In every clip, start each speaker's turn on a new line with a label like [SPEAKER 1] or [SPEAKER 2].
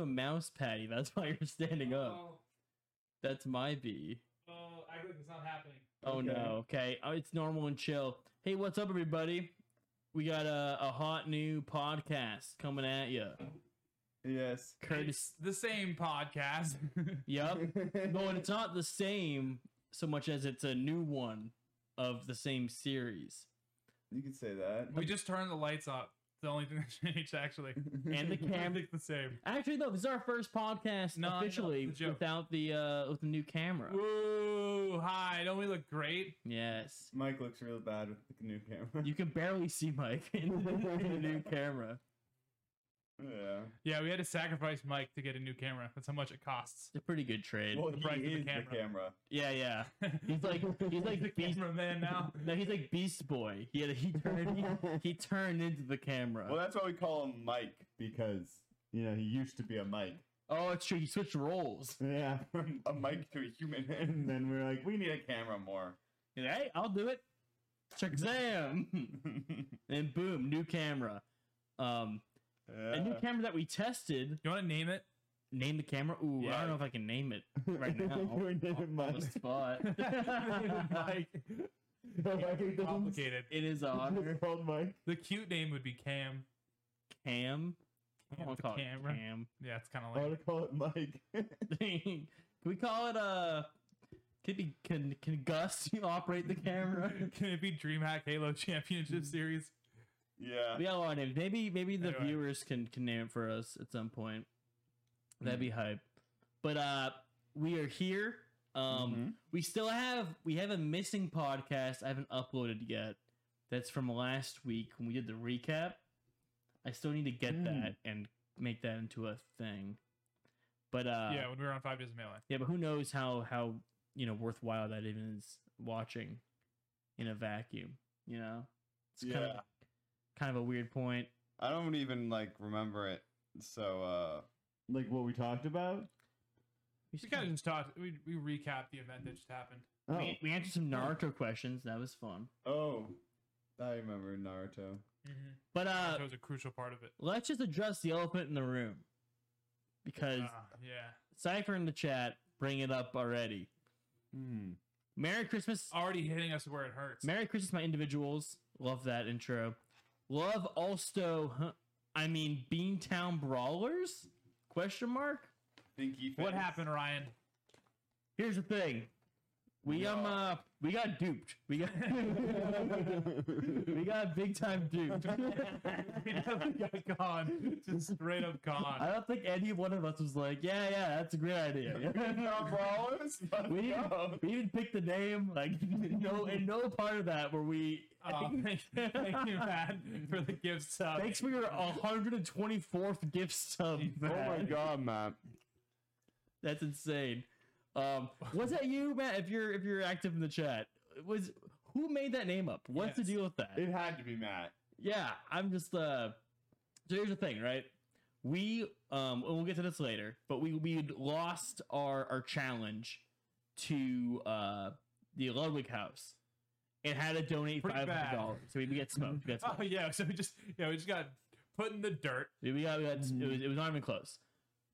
[SPEAKER 1] a mouse, Patty. That's why you're standing up.
[SPEAKER 2] Oh,
[SPEAKER 1] That's my bee.
[SPEAKER 2] oh, I think it's not happening.
[SPEAKER 1] Oh
[SPEAKER 3] Okay.
[SPEAKER 1] no. Okay. Oh, it's normal and chill. Hey, what's up, everybody? We got a, a hot new podcast coming at you.
[SPEAKER 3] Yes.
[SPEAKER 1] Curtis.
[SPEAKER 2] It's the same podcast.
[SPEAKER 1] Yep. no, and it's not the same so much as it's a new one of the same series.
[SPEAKER 3] you could say that.
[SPEAKER 2] we just turned the lights up. It's the only thing that changed, actually.
[SPEAKER 1] And the camera.
[SPEAKER 2] Everything's the same.
[SPEAKER 1] Actually, no, this is our first podcast
[SPEAKER 2] No, I know,
[SPEAKER 1] officially
[SPEAKER 2] it's a joke.
[SPEAKER 1] without the uh with the new camera.
[SPEAKER 2] Woo! Hi, don't we look great?
[SPEAKER 1] Yes.
[SPEAKER 3] Mike looks real bad with the new camera.
[SPEAKER 1] You can barely see Mike in the, in the new camera.
[SPEAKER 3] yeah.
[SPEAKER 2] Yeah, we had to sacrifice Mike to get a new camera. That's how much it costs.
[SPEAKER 1] It's a pretty good trade.
[SPEAKER 3] Well,
[SPEAKER 2] the
[SPEAKER 3] he
[SPEAKER 2] price of the
[SPEAKER 3] is the camera.
[SPEAKER 2] camera.
[SPEAKER 1] yeah, yeah. He's like he's like
[SPEAKER 2] the
[SPEAKER 1] Beast
[SPEAKER 2] cameraman now.
[SPEAKER 1] No, he's like Beast Boy. He had he turned he, he turned into the camera.
[SPEAKER 3] Well, that's why we call him Mike because you know he used to be a Mike.
[SPEAKER 1] Oh, it's true. He switched roles.
[SPEAKER 3] Yeah, from a Mike to a human, and then we are like, we need a camera more.
[SPEAKER 1] He's like, hey, I'll do it. Shazam! and boom, new camera. Um, a new
[SPEAKER 3] Yeah.
[SPEAKER 1] camera that we tested.
[SPEAKER 2] You want to name it?
[SPEAKER 1] Name the camera. Ooh, I
[SPEAKER 3] Yeah.
[SPEAKER 1] don't know if I can name it right now.
[SPEAKER 3] We're
[SPEAKER 1] on-
[SPEAKER 3] naming
[SPEAKER 1] on
[SPEAKER 3] Mike.
[SPEAKER 1] the spot.
[SPEAKER 2] Mike. Complicated.
[SPEAKER 1] it is honor.
[SPEAKER 3] called Mike.
[SPEAKER 2] The cute name would be Cam.
[SPEAKER 1] Cam. I
[SPEAKER 2] Cam
[SPEAKER 1] want
[SPEAKER 2] the
[SPEAKER 1] to call
[SPEAKER 2] camera.
[SPEAKER 1] it Cam.
[SPEAKER 2] Yeah, it's kind of
[SPEAKER 3] I
[SPEAKER 2] like
[SPEAKER 3] want to call it Mike.
[SPEAKER 1] can we call it uh could be can can Gus operate the camera?
[SPEAKER 2] Can it be DreamHack Halo Championship Series?
[SPEAKER 3] yeah.
[SPEAKER 1] we got a lot of names. Maybe maybe the
[SPEAKER 2] Anyway.
[SPEAKER 1] viewers can can name it for us at some point. That'd
[SPEAKER 2] Hmm.
[SPEAKER 1] be hype. But uh we are here. Um
[SPEAKER 3] Mm-hmm.
[SPEAKER 2] Mm-hmm.
[SPEAKER 1] we still have we have a missing podcast I haven't uploaded yet. That's from last week when we did the recap. I still need to get
[SPEAKER 2] Hmm.
[SPEAKER 3] Mm.
[SPEAKER 1] that and make that into a thing. But uh
[SPEAKER 2] yeah, when we were on Five Days of Melee.
[SPEAKER 1] Yeah, but who knows how how you know worthwhile that even is watching in a vacuum. You know, it's kind of
[SPEAKER 3] Yeah.
[SPEAKER 1] kind of a weird point.
[SPEAKER 3] I don't even like remember it. So, uh, like what we talked about.
[SPEAKER 2] We kind of just talked. We we recapped the event that just happened.
[SPEAKER 3] Oh,
[SPEAKER 1] we, we answered some Naruto questions. That was fun.
[SPEAKER 3] oh, I remember Naruto.
[SPEAKER 2] Mm-hmm.
[SPEAKER 1] But uh,
[SPEAKER 2] that was a crucial part of it.
[SPEAKER 1] let's just address the elephant in the room because
[SPEAKER 2] Ah, yeah,
[SPEAKER 1] Cipher in the chat bring it up already.
[SPEAKER 3] Hmm.
[SPEAKER 1] Merry Christmas.
[SPEAKER 2] already hitting us where it hurts.
[SPEAKER 1] Merry Christmas, my individuals. Love that intro. Love also. Huh, I mean, Beantown Brawlers? Question mark.
[SPEAKER 3] Pinky.
[SPEAKER 2] what
[SPEAKER 3] face.
[SPEAKER 2] happened, Ryan?
[SPEAKER 1] Here's the thing. We um
[SPEAKER 3] Yeah.
[SPEAKER 1] uh, we got duped. We got we got big time duped.
[SPEAKER 2] we definitely got gone, just straight up
[SPEAKER 1] I
[SPEAKER 2] gone.
[SPEAKER 1] don't think any one of us was like, yeah, yeah, that's a great
[SPEAKER 3] Not
[SPEAKER 1] idea.
[SPEAKER 3] brawlers? Let's
[SPEAKER 1] we didn't,
[SPEAKER 3] go.
[SPEAKER 1] we didn't pick the name. Like no, in no part of that were we.
[SPEAKER 2] Oh, thank, thank you, Matt, for the gift sub.
[SPEAKER 1] Thanks for your 124th gift sub.
[SPEAKER 2] Oh
[SPEAKER 1] Matt.
[SPEAKER 3] god, Matt.
[SPEAKER 1] that's insane. Um, was that you, Matt? If you're if you're active in the chat, was who made that name up? What's
[SPEAKER 2] Yes.
[SPEAKER 1] the deal with that?
[SPEAKER 3] It had to be Matt.
[SPEAKER 1] yeah i'm just uh so here's the thing right we um and we'll get to this later but we we had lost our our challenge to uh the ludwig house and had to donate
[SPEAKER 2] Pretty
[SPEAKER 1] five hundred
[SPEAKER 2] bad.
[SPEAKER 1] dollars so we, we get smoked we got smoked
[SPEAKER 2] Oh yeah, so we just yeah we just got put in the dirt.
[SPEAKER 1] we we got, we got it
[SPEAKER 2] Mm.
[SPEAKER 1] was it was not even close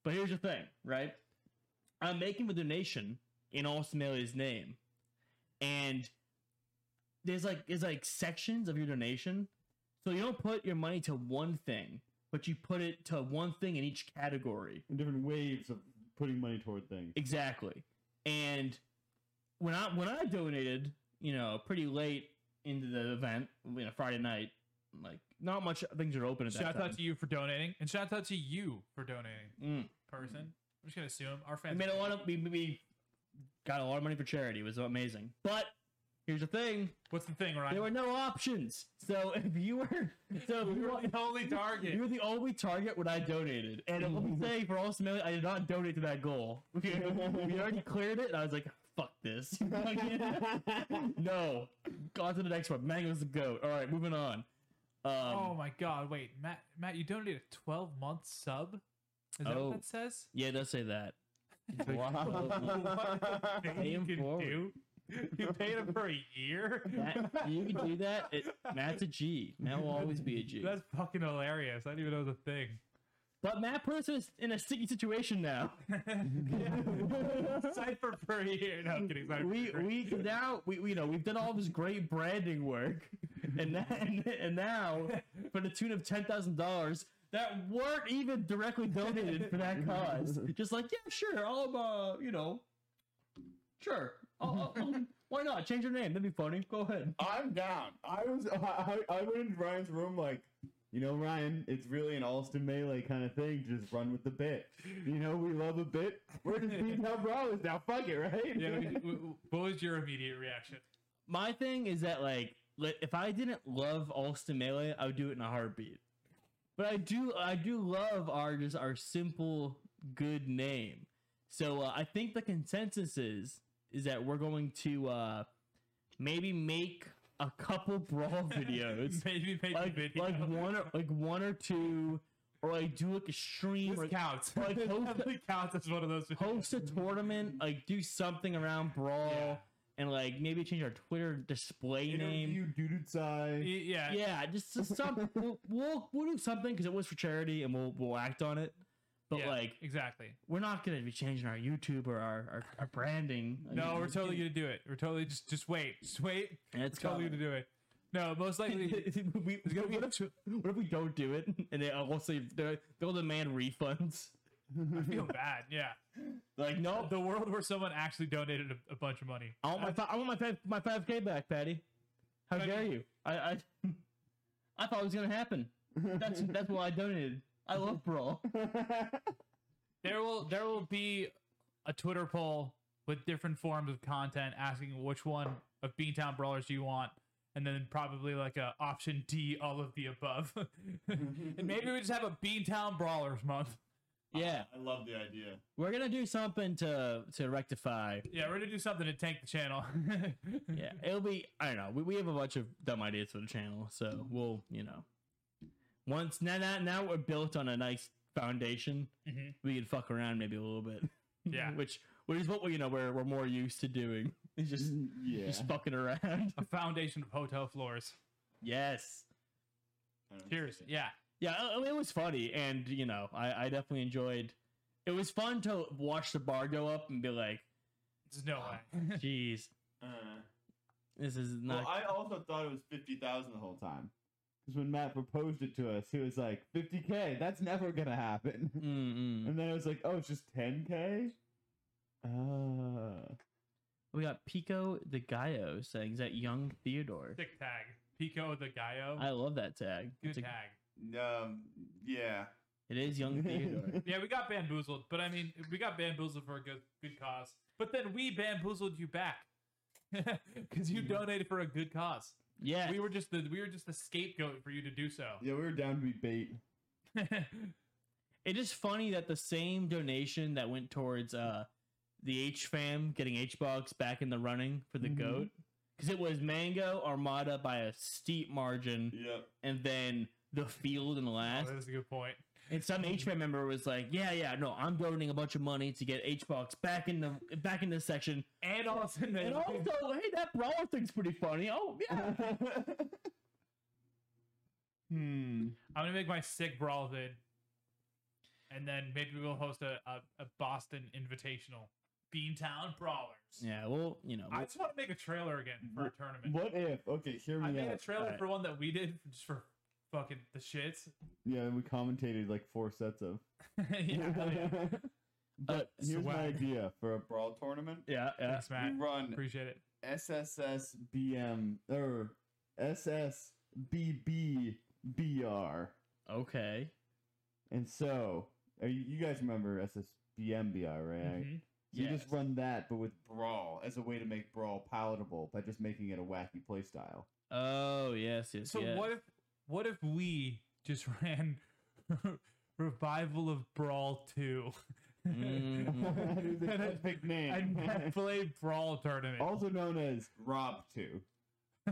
[SPEAKER 1] but here's the thing right i'm making the donation in Austin Melee's name and there's like there's like sections of your donation. So you don't put your money to one thing, but you put it to one thing in each category.
[SPEAKER 3] Different waves of putting money toward things.
[SPEAKER 1] Exactly. And when I when I donated, you know, pretty late into the event, you know, Friday night, like not much things are open at that
[SPEAKER 2] Shout
[SPEAKER 1] time.
[SPEAKER 2] out to you for donating, and shout out to you for donating,
[SPEAKER 1] Mm.
[SPEAKER 2] person. I'm just gonna assume our
[SPEAKER 1] We
[SPEAKER 2] fans.
[SPEAKER 1] made a lot of we, we got a lot of money for charity. It was amazing. But here's the thing:
[SPEAKER 2] What's the thing,
[SPEAKER 1] there
[SPEAKER 2] Ryan?
[SPEAKER 1] were no options. So if you were, so if
[SPEAKER 2] We
[SPEAKER 1] you
[SPEAKER 2] were
[SPEAKER 1] were,
[SPEAKER 2] the only target.
[SPEAKER 1] You were the only target when I donated. And let me say, for all smelly, I did not donate to that goal. We already cleared it, and I was like, fuck this. no. On to the next one. Mango's the goat. All right, moving on. Um,
[SPEAKER 2] oh my god! Wait, Matt, Matt, you donated a 12 month sub. Is that
[SPEAKER 1] Oh.
[SPEAKER 2] what that says?
[SPEAKER 1] Yeah, it does say that.
[SPEAKER 3] Wow.
[SPEAKER 2] Thing
[SPEAKER 1] Pay
[SPEAKER 2] you
[SPEAKER 1] him
[SPEAKER 2] can
[SPEAKER 1] forward.
[SPEAKER 2] do? You paid him for a year.
[SPEAKER 1] Matt, you can do that. It, Matt's a G. Matt will always be a G.
[SPEAKER 2] That's fucking hilarious. I didn't even know it was a thing.
[SPEAKER 1] But Matt puts us in a sticky situation now.
[SPEAKER 2] Cipher for a year. No, I'm kidding. Cypher
[SPEAKER 1] we
[SPEAKER 2] for a
[SPEAKER 1] we
[SPEAKER 2] year.
[SPEAKER 1] now we we, you know we've done all this great branding work, and now, and, and now for the tune of ten thousand dollars that weren't even directly donated for that cause. Just like yeah, sure, I'll uh, you know, sure, I'll, I'll, I'll- why not change your name? That'd be funny. Go ahead.
[SPEAKER 4] I'm down. I was. I, I I went into Ryan's room like, you know, Ryan. It's really an Alston Melee kind of thing. Just run with the bit. You know, we love a bit. We're just hometown brawlers now. Fuck it, right?
[SPEAKER 2] Yeah, we- we- what was your immediate reaction?
[SPEAKER 1] My thing is that like li- if I didn't love Alston Melee, I would do it in a heartbeat. But I do I do love our just our simple good name. So uh, I think the consensus is is that we're going to uh maybe make a couple brawl videos.
[SPEAKER 2] Maybe make
[SPEAKER 1] like,
[SPEAKER 2] a video.
[SPEAKER 1] like one or like one or two or like do like a stream
[SPEAKER 2] This
[SPEAKER 1] or
[SPEAKER 2] counts.
[SPEAKER 1] like
[SPEAKER 2] This
[SPEAKER 1] host-
[SPEAKER 2] definitely counts as one of those. videos.
[SPEAKER 1] host a tournament, like do something around brawl
[SPEAKER 2] Yeah.
[SPEAKER 1] and like maybe change our Twitter display name.
[SPEAKER 4] Interview dude side.
[SPEAKER 2] Y- Yeah.
[SPEAKER 1] yeah, just s- some we'll, we'll we'll do something because it was for charity and we'll we'll act on it. But
[SPEAKER 2] yeah,
[SPEAKER 1] like,
[SPEAKER 2] exactly.
[SPEAKER 1] we're not gonna be changing our YouTube or our our, our branding. Like,
[SPEAKER 2] No, we're totally gonna do it. We're totally just just wait, just wait.
[SPEAKER 1] And it's
[SPEAKER 2] totally
[SPEAKER 1] coming.
[SPEAKER 2] gonna do it. No, most likely.
[SPEAKER 1] we,
[SPEAKER 2] It's gonna be
[SPEAKER 1] what, if, what if we don't do it and they also they'll demand refunds?
[SPEAKER 2] I feel bad. Yeah.
[SPEAKER 1] Like, no,
[SPEAKER 2] The world where someone actually donated a, a bunch of money. Uh,
[SPEAKER 1] I want Oh. my fi- I want my five, my five k back, Patty. How
[SPEAKER 2] Patty.
[SPEAKER 1] dare you? I I, I thought it was gonna happen. That's that's why I donated. I love brawl.
[SPEAKER 2] There will there will be a Twitter poll with different forms of content asking which one of Beantown Brawlers do you want, and then probably like a option D, all of the above, and maybe we just have a Beantown Brawlers month.
[SPEAKER 1] Yeah,
[SPEAKER 4] I love the idea.
[SPEAKER 1] we're gonna do something to to rectify.
[SPEAKER 2] Yeah, we're gonna do something to tank the channel.
[SPEAKER 1] Yeah, it'll be. I don't know. We, we have a bunch of dumb ideas for the channel,
[SPEAKER 4] Mm-hmm.
[SPEAKER 1] so we'll you know. Once now now now we're built on a nice foundation,
[SPEAKER 2] Mhm.
[SPEAKER 1] we can fuck around maybe a little bit.
[SPEAKER 2] Yeah.
[SPEAKER 1] which which is what we you know we're we're more used to doing. It's just
[SPEAKER 4] Yeah.
[SPEAKER 1] just fucking around.
[SPEAKER 2] a foundation of hotel floors.
[SPEAKER 1] yes.
[SPEAKER 4] Uh-huh.
[SPEAKER 2] Cheers. Yeah.
[SPEAKER 1] Yeah, I- I mean, it was funny, and you know, I, I definitely enjoyed. It was fun to watch the bar go up and be like,
[SPEAKER 2] There's no way.
[SPEAKER 1] "Jeez,
[SPEAKER 4] Uh.
[SPEAKER 1] this is
[SPEAKER 4] Well,
[SPEAKER 1] not."
[SPEAKER 4] I also thought it was fifty thousand the whole time. Because when Matt proposed it to us, he was like, fifty k. That's never gonna happen.
[SPEAKER 1] Mm-mm.
[SPEAKER 4] And then I was like, oh, it's just ten k. Uh,
[SPEAKER 1] We got Pico the Gallo saying, "Is that young Theodore?"
[SPEAKER 2] Sick tag. Pico the Gallo.
[SPEAKER 1] I love that tag.
[SPEAKER 2] Good
[SPEAKER 1] It's a-
[SPEAKER 2] tag.
[SPEAKER 4] um, yeah.
[SPEAKER 1] it is young Theodore.
[SPEAKER 2] Yeah, we got bamboozled, but I mean, we got bamboozled for a good good cause. But then we bamboozled you back because
[SPEAKER 1] Mm-hmm.
[SPEAKER 2] you donated for a good cause.
[SPEAKER 1] Yeah,
[SPEAKER 2] We were just the we were just the scapegoat for you to do so.
[SPEAKER 4] yeah, we were down to be bait.
[SPEAKER 1] it is funny that the same donation that went towards uh the H fam getting H box back in the running for the
[SPEAKER 4] Mhm.
[SPEAKER 1] goat because it was Mango Armada by a steep margin.
[SPEAKER 4] Yep.
[SPEAKER 1] and then the field and
[SPEAKER 2] oh,
[SPEAKER 1] last.
[SPEAKER 2] that's a good point.
[SPEAKER 1] And some HBAN member was like, "Yeah, yeah, no, I'm donating a bunch of money to get HBox back in the back in this section."
[SPEAKER 2] And all of a sudden,
[SPEAKER 1] And also, hey, that brawl thing's pretty funny. Oh yeah,
[SPEAKER 4] hmm.
[SPEAKER 2] I'm gonna make my sick brawl vid, and then maybe we'll host a a, a Boston Invitational, Beantown Brawlers.
[SPEAKER 1] yeah. Well, you know,
[SPEAKER 2] I just want to make a trailer again for a tournament.
[SPEAKER 4] What if? Okay, hear
[SPEAKER 2] I
[SPEAKER 4] me
[SPEAKER 2] made a
[SPEAKER 4] out.
[SPEAKER 2] trailer
[SPEAKER 1] Alright.
[SPEAKER 2] for one that we did just for fucking the shits.
[SPEAKER 4] Yeah, we commentated like four sets of.
[SPEAKER 2] yeah, hell yeah.
[SPEAKER 4] but
[SPEAKER 1] Uh,
[SPEAKER 4] here's my
[SPEAKER 2] swag.
[SPEAKER 4] idea for a brawl tournament.
[SPEAKER 1] yeah, yeah.
[SPEAKER 2] Thanks, Matt.
[SPEAKER 4] We run
[SPEAKER 2] Appreciate it.
[SPEAKER 4] SSSBM or SSBBBR.
[SPEAKER 1] Okay,
[SPEAKER 4] And so, uh, you you guys remember SSBMBR, right?
[SPEAKER 2] Mhm.
[SPEAKER 4] So You
[SPEAKER 1] Yes.
[SPEAKER 4] just run that, but with Brawl as a way to make Brawl palatable by just making it a wacky playstyle.
[SPEAKER 1] Oh yes, yes.
[SPEAKER 2] So
[SPEAKER 1] yes.
[SPEAKER 2] what if what if we just ran Revival of Brawl 2
[SPEAKER 1] Mhm.
[SPEAKER 4] It is Mm-hmm. a perfect
[SPEAKER 2] and
[SPEAKER 4] name.
[SPEAKER 2] Matt played Brawl tournament?
[SPEAKER 4] also known as Rob 2.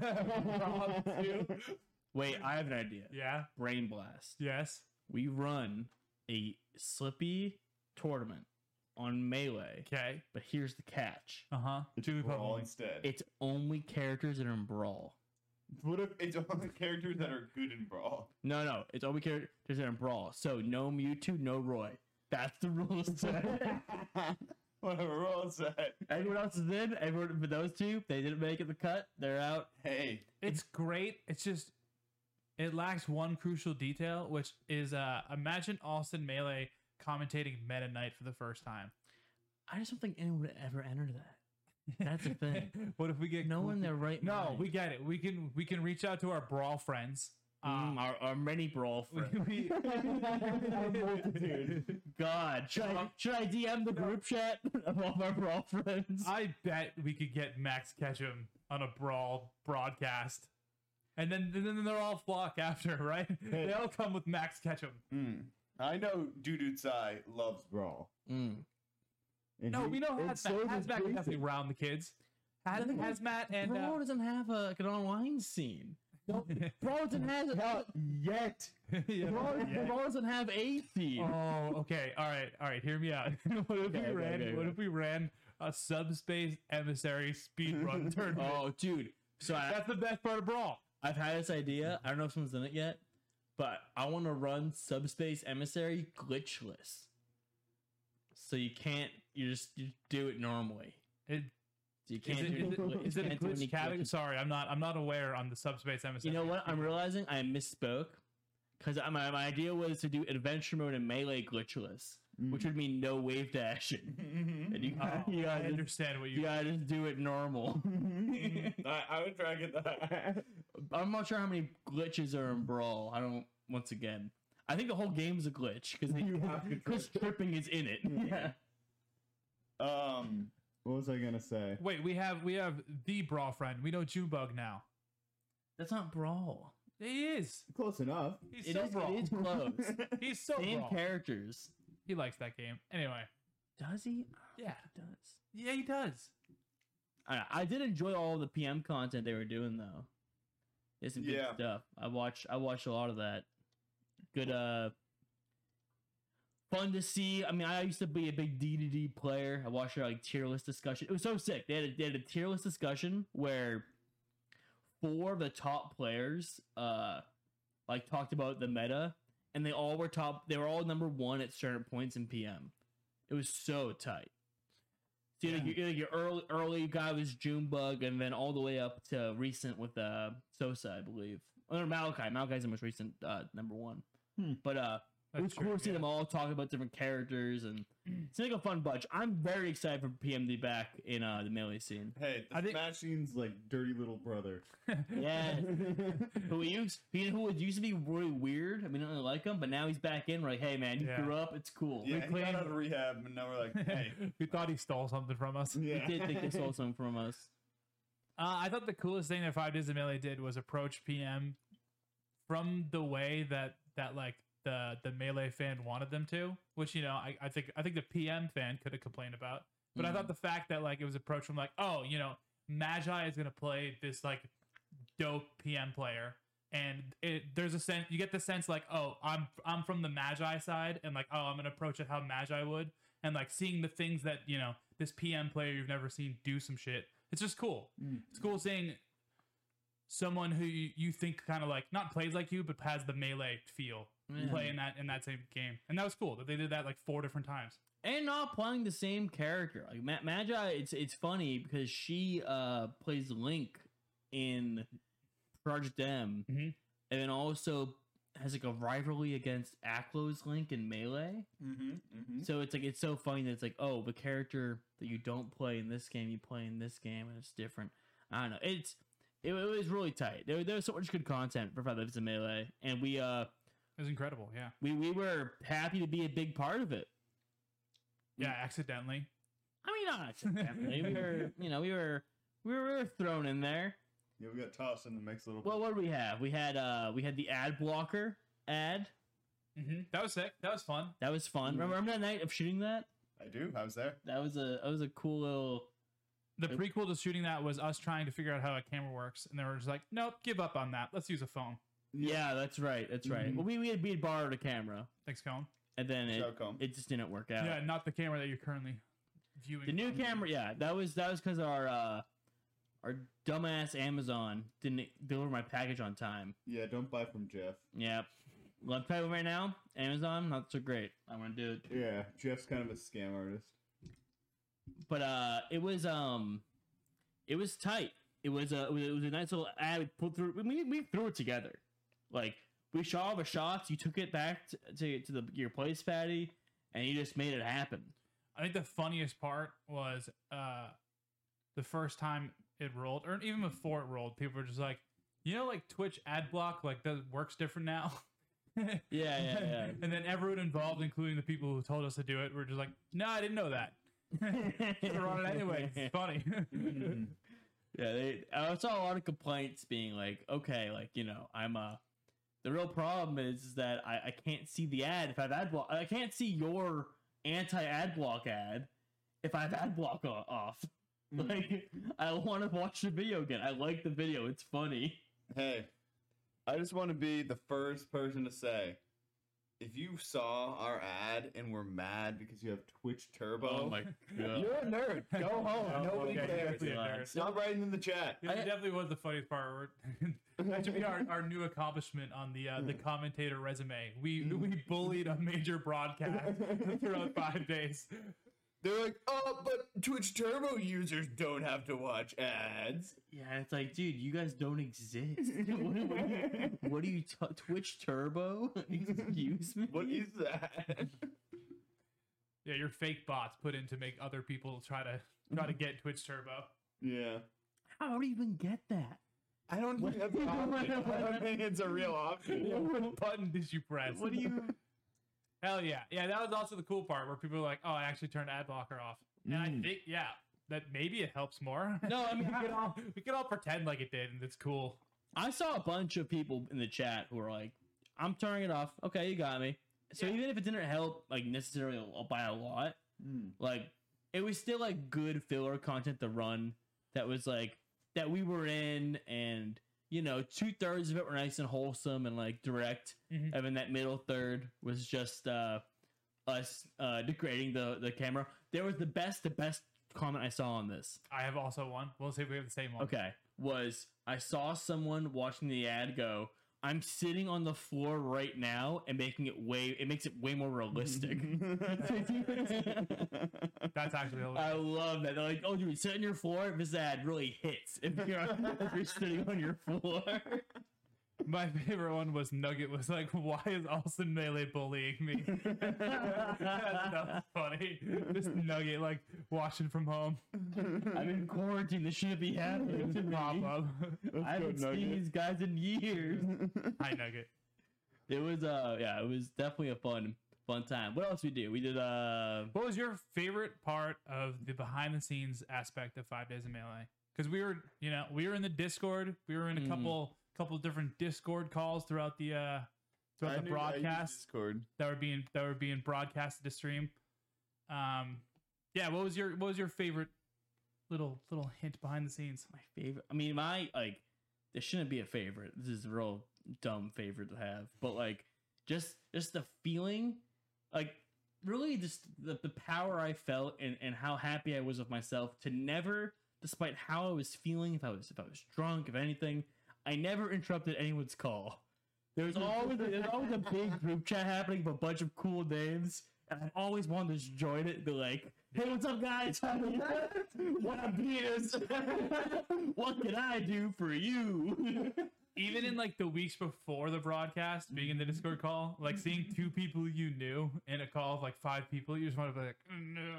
[SPEAKER 2] Brawl 2.
[SPEAKER 1] Wait, I have an idea.
[SPEAKER 2] Yeah.
[SPEAKER 1] Brain blast.
[SPEAKER 2] Yes.
[SPEAKER 1] We run a slippy tournament on melee,
[SPEAKER 2] Okay.
[SPEAKER 1] but here's the catch:
[SPEAKER 2] Uh huh.
[SPEAKER 4] It's
[SPEAKER 2] Jigglypuff
[SPEAKER 4] Brawl
[SPEAKER 2] only.
[SPEAKER 4] instead.
[SPEAKER 1] it's only characters that are in brawl.
[SPEAKER 3] What if it's only characters that are good in Brawl?
[SPEAKER 1] No, no, it's all we care. There's in brawl. So no Mewtwo, no Roy. That's the rules.
[SPEAKER 3] Whatever Roll said.
[SPEAKER 1] everyone else is in. Everyone but those two, they didn't make it the cut. They're out.
[SPEAKER 3] Hey,
[SPEAKER 2] It's great. It's just it lacks one crucial detail, which is uh imagine Austin Melee commentating Meta Knight for the first time.
[SPEAKER 1] I just don't think anyone would ever enter that. That's the thing.
[SPEAKER 2] what if we get
[SPEAKER 1] No one in their right
[SPEAKER 2] No,
[SPEAKER 1] mind.
[SPEAKER 2] we get it. We can we can reach out to our brawl friends. Uh,
[SPEAKER 1] Mm, our, our many brawl friend.
[SPEAKER 2] we,
[SPEAKER 3] multitude.
[SPEAKER 1] God, should I, should I DM the group chat of all of our brawl friends?
[SPEAKER 2] I bet we could get Max Ketchum on a brawl broadcast. And then, and then they're all flock after, right? They all come with Max Ketchum.
[SPEAKER 3] Mm. I know Dude Sai loves Brawl.
[SPEAKER 1] Mm.
[SPEAKER 3] And
[SPEAKER 2] No,
[SPEAKER 3] he-
[SPEAKER 2] we know
[SPEAKER 3] and
[SPEAKER 2] Hazmat.
[SPEAKER 3] so does
[SPEAKER 2] Hazmat can definitely
[SPEAKER 3] Jason.
[SPEAKER 2] round the kids. Haz-
[SPEAKER 1] No,
[SPEAKER 2] Hazmat and
[SPEAKER 1] brawl
[SPEAKER 2] uh,
[SPEAKER 1] doesn't have a, like an online scene. Brawl doesn't have.
[SPEAKER 3] Not yet.
[SPEAKER 2] yeah.
[SPEAKER 1] Brawl,
[SPEAKER 2] Yeah.
[SPEAKER 1] brawl doesn't have a theme.
[SPEAKER 2] Oh, okay. All right. All right. Hear me out. what if
[SPEAKER 3] Okay, okay,
[SPEAKER 2] we ran?
[SPEAKER 3] okay,
[SPEAKER 2] what
[SPEAKER 3] okay.
[SPEAKER 2] if we ran a subspace emissary speedrun tournament?
[SPEAKER 1] Oh, dude. So I,
[SPEAKER 2] That's the best part of brawl.
[SPEAKER 1] I've had this idea. I don't know if someone's done it yet, but I want to run Subspace Emissary glitchless. So you can't. You just you do it normally.
[SPEAKER 2] It,
[SPEAKER 1] So you
[SPEAKER 2] is
[SPEAKER 1] can't.
[SPEAKER 2] it,
[SPEAKER 1] do
[SPEAKER 2] is
[SPEAKER 1] any
[SPEAKER 2] it,
[SPEAKER 1] gli-
[SPEAKER 2] is it a
[SPEAKER 1] can't do any
[SPEAKER 2] glitch category?
[SPEAKER 1] glitches.
[SPEAKER 2] Sorry, I'm not. I'm not aware on the subspace
[SPEAKER 1] You
[SPEAKER 2] emissary.
[SPEAKER 1] know what? I'm realizing I misspoke because my, my idea was to do adventure mode and melee glitchless, which would mean no wave dashing.
[SPEAKER 3] Mm-hmm.
[SPEAKER 1] And you,
[SPEAKER 2] Oh,
[SPEAKER 1] you,
[SPEAKER 2] I
[SPEAKER 1] gotta just,
[SPEAKER 2] understand what
[SPEAKER 1] you
[SPEAKER 2] you.
[SPEAKER 1] gotta just do it normal.
[SPEAKER 3] I, I would try to get that.
[SPEAKER 1] I'm not sure how many glitches are in Brawl. I don't. Once again, I think the whole game's a glitch because
[SPEAKER 3] You have to
[SPEAKER 1] because tripping is in it.
[SPEAKER 3] Mhm.
[SPEAKER 1] Yeah.
[SPEAKER 3] Um, what was I gonna say?
[SPEAKER 2] Wait, we have we have the brawl friend. We know Junebug now.
[SPEAKER 1] That's not Brawl.
[SPEAKER 2] He is.
[SPEAKER 3] Close enough.
[SPEAKER 2] He's
[SPEAKER 1] It
[SPEAKER 2] so
[SPEAKER 1] is- it
[SPEAKER 2] brawl.
[SPEAKER 1] is- Close.
[SPEAKER 2] He's so
[SPEAKER 1] Same
[SPEAKER 2] brawl.
[SPEAKER 1] characters.
[SPEAKER 2] He likes that game. Anyway,
[SPEAKER 1] Does he?
[SPEAKER 2] yeah,
[SPEAKER 1] He does.
[SPEAKER 2] yeah, he does.
[SPEAKER 1] I, don't know. I did enjoy all the PM content they were doing though. There's some
[SPEAKER 3] Yeah.
[SPEAKER 1] good stuff. I watched. I watched a lot of that. Good. uh Fun to see. I mean, I used to be a big D2D player. I watched their like tier list discussion. It was so sick. They had a, they had a tier list discussion where four of the top players uh like talked about the meta and they all were top they were all number one at certain points in pm it was so tight so like,
[SPEAKER 2] Yeah.
[SPEAKER 1] your, your early early guy was junebug and then all the way up to recent with uh sosa i believe or malachi malachi's the most recent uh number one
[SPEAKER 3] Hmm.
[SPEAKER 1] but uh it was
[SPEAKER 2] That's
[SPEAKER 1] cool
[SPEAKER 2] true,
[SPEAKER 1] to see
[SPEAKER 2] yeah.
[SPEAKER 1] them all talk about different characters and it's like a fun bunch i'm very excited for pmd back in uh the melee scene
[SPEAKER 3] Hey, the
[SPEAKER 2] I think-
[SPEAKER 3] Smash scene's like dirty little brother.
[SPEAKER 1] Yes. who he used he, who used to be really weird. I mean, I don't really like him, but now he's back in. We're like, hey man, you
[SPEAKER 2] Yeah.
[SPEAKER 1] grew up. It's cool.
[SPEAKER 3] yeah, he
[SPEAKER 2] claim-
[SPEAKER 3] got out of rehab, and now we're like, hey.
[SPEAKER 2] we thought he stole something from us. Uh,
[SPEAKER 1] We
[SPEAKER 3] yeah.
[SPEAKER 1] did think they stole something from us.
[SPEAKER 2] I thought the coolest thing that Five Days of Melee did was approach PM from the way that that like the the melee fan wanted them to, which you know I, I think I think the PM fan could have complained about. But I
[SPEAKER 1] Mhm.
[SPEAKER 2] thought the fact that like it was approached from like, oh, you know, Magi is gonna play this like dope PM player, and it, there's a sense you get the sense like, oh, I'm I'm from the Magi side, and like, oh, I'm gonna approach it how Magi would, and like seeing the things that you know this PM player you've never seen do some shit. It's just cool.
[SPEAKER 3] Mm.
[SPEAKER 2] It's cool seeing someone who you, you think kind of like not plays like you, but has the melee feel
[SPEAKER 1] Yeah.
[SPEAKER 2] play in that in that same game, and that was cool that they did that like four different times.
[SPEAKER 1] And not playing the same character. Like Ma- Magi, it's it's funny because she uh plays Link in Project M,
[SPEAKER 2] Mhm.
[SPEAKER 1] and then also has like a rivalry against Aklo's Link in Melee.
[SPEAKER 3] Mm-hmm, mm-hmm.
[SPEAKER 1] So it's like it's so funny that it's like, oh, the character that you don't play in this game, you play in this game, and it's different. I don't know. It's it, it was really tight. There, there was so much good content for Five Lives in Melee, and we uh
[SPEAKER 2] It was incredible. Yeah.
[SPEAKER 1] we we were happy to be a big part of it.
[SPEAKER 2] Yeah, accidentally.
[SPEAKER 1] I mean, not accidentally. we were, you know, we were we were, we were thrown in there.
[SPEAKER 3] Yeah, we got tossed in the mix a little
[SPEAKER 1] Well, what did we have? We had uh we had the ad blocker ad.
[SPEAKER 2] hmm That was sick. That was fun.
[SPEAKER 1] That was fun. Remember, remember that night of shooting that?
[SPEAKER 3] bit. I do. I was there.
[SPEAKER 1] That was a that was a cool little
[SPEAKER 2] The
[SPEAKER 1] Yep.
[SPEAKER 2] prequel to shooting that was us trying to figure out how a camera works, and they were just like, "Nope, give up on that. Let's use a phone."
[SPEAKER 1] Yeah, that's right. That's right.
[SPEAKER 3] Mhm.
[SPEAKER 1] Well, we we had, we had borrowed a camera.
[SPEAKER 2] Thanks, Colin.
[SPEAKER 1] and then it,
[SPEAKER 3] Shout out, Colm.
[SPEAKER 1] it just didn't work out.
[SPEAKER 2] Yeah. not the camera that you're currently viewing.
[SPEAKER 1] the new
[SPEAKER 2] from.
[SPEAKER 1] camera, yeah, that was that was because our uh, our dumbass Amazon didn't deliver my package on time.
[SPEAKER 3] Yeah, don't buy from Jeff.
[SPEAKER 1] Yep. Well, I'm telling you right now, Amazon, not so great. I'm gonna do it.
[SPEAKER 3] Yeah, Jeff's kind of a scam artist.
[SPEAKER 1] but uh it was um it was tight it was a it was, it was a nice little ad we pulled through we, we threw it together like we shot all the shots you took it back to, to, to the your place patty and you just made it happen
[SPEAKER 2] I think the funniest part was uh the first time it rolled, or even before it rolled, people were just like, you know, like Twitch ad block, like that works different now.
[SPEAKER 1] yeah yeah yeah
[SPEAKER 2] and then everyone involved, including the people who told us to do it, were just like, no, I didn't know that. Should have run it anyway. It's funny.
[SPEAKER 3] Mm-hmm.
[SPEAKER 1] Yeah, they, I saw a lot of complaints being like, okay, like you know, I'm uh The real problem is that I, I can't see the ad if I have ad block. I can't see your anti ad block ad if I have ad block o- off.
[SPEAKER 3] Mm.
[SPEAKER 1] Like, I want to watch the video again. I like the video; it's funny.
[SPEAKER 3] Hey, I just want to be the first person to say if you saw our ad and were mad because you have Twitch Turbo,
[SPEAKER 1] Oh
[SPEAKER 3] you're a nerd. Go home. Nobody
[SPEAKER 2] Okay,
[SPEAKER 3] cares.
[SPEAKER 2] definitely a nerd.
[SPEAKER 3] Stop writing in the chat.
[SPEAKER 2] Yeah,
[SPEAKER 1] I-
[SPEAKER 2] it definitely was the funniest part. We're- that should be our, our new accomplishment on the uh, the commentator resume. We we bullied a major broadcast throughout five days.
[SPEAKER 3] They're like, oh, but Twitch Turbo users don't have to watch ads.
[SPEAKER 1] Yeah, it's like, dude, you guys don't exist. what, do- what do you, what do you t- Twitch Turbo? Excuse me.
[SPEAKER 3] What is that?
[SPEAKER 2] Yeah, your fake bots put in to make other people try to try to get Twitch Turbo.
[SPEAKER 3] yeah.
[SPEAKER 1] How do you even get that?
[SPEAKER 3] I don't think that's an option. I don't think it's a real option.
[SPEAKER 2] What button did you press?
[SPEAKER 1] What do you?
[SPEAKER 2] Hell yeah, yeah. That was also the cool part where people were like, "Oh, I actually turned ad blocker off," and I
[SPEAKER 1] Hmm.
[SPEAKER 3] Mm.
[SPEAKER 2] think yeah, that maybe it helps more.
[SPEAKER 1] No, I
[SPEAKER 2] we
[SPEAKER 1] mean,
[SPEAKER 2] could all we could all pretend like it did, and it's cool.
[SPEAKER 1] I saw a bunch of people in the chat who were like, "I'm turning it off." Okay, you got me. So
[SPEAKER 2] Yeah.
[SPEAKER 1] even if it didn't help like necessarily a- by a lot, like it was still like good filler content to run that was like that we were in, and you know, two thirds of it were nice and wholesome and like direct,
[SPEAKER 2] Mhm.
[SPEAKER 1] and then that middle third was just uh us uh degrading the the camera. There was the best the best comment I saw on this
[SPEAKER 2] I have also one. We'll see if we have the same one.
[SPEAKER 1] okay was i saw someone watching the ad go i'm sitting on the floor right now and making it way it makes it way more realistic
[SPEAKER 3] Hmm.
[SPEAKER 2] That's actually hilarious.
[SPEAKER 1] i love that they're like oh dude sit on your floor this ad really hits if you're, if you're sitting on your floor
[SPEAKER 2] My favorite one was Nugget was like, "Why is Austin Melee bullying me?" That's funny. This Nugget like watching from home.
[SPEAKER 1] i'm in quarantine this shouldn't be happening to me
[SPEAKER 2] Pop up.
[SPEAKER 1] i haven't seen these guys in years
[SPEAKER 2] Hi Nugget.
[SPEAKER 1] it was uh yeah it was definitely a fun fun time what else we do we did uh
[SPEAKER 2] What was your favorite part of the behind the scenes aspect of Five Days of Melee? Because we were, you know, we were in the Discord. We were in a
[SPEAKER 1] Mhm.
[SPEAKER 2] couple couple different Discord calls throughout the uh throughout the broadcast.
[SPEAKER 3] Discord.
[SPEAKER 2] that were being that were being broadcasted to stream. Um, yeah. What was your What was your favorite little little hint behind the scenes?
[SPEAKER 1] my favorite. I mean, my like, this shouldn't be a favorite. This is a real dumb favorite to have, but like, just just the feeling, like, really, just the, the power I felt and and how happy I was with myself to never, despite how I was feeling, if I was if I was drunk, if anything, I never interrupted anyone's call. There's always there's always a big group chat happening with a bunch of cool names. And I've always wanted to just join it and be like, hey, what's up, guys? what up, Peters? what can I do for you?
[SPEAKER 2] Even in like the weeks before the broadcast, being in the Discord call, like seeing two people you knew in a call of like five people, you just want to be like, "Mm, no.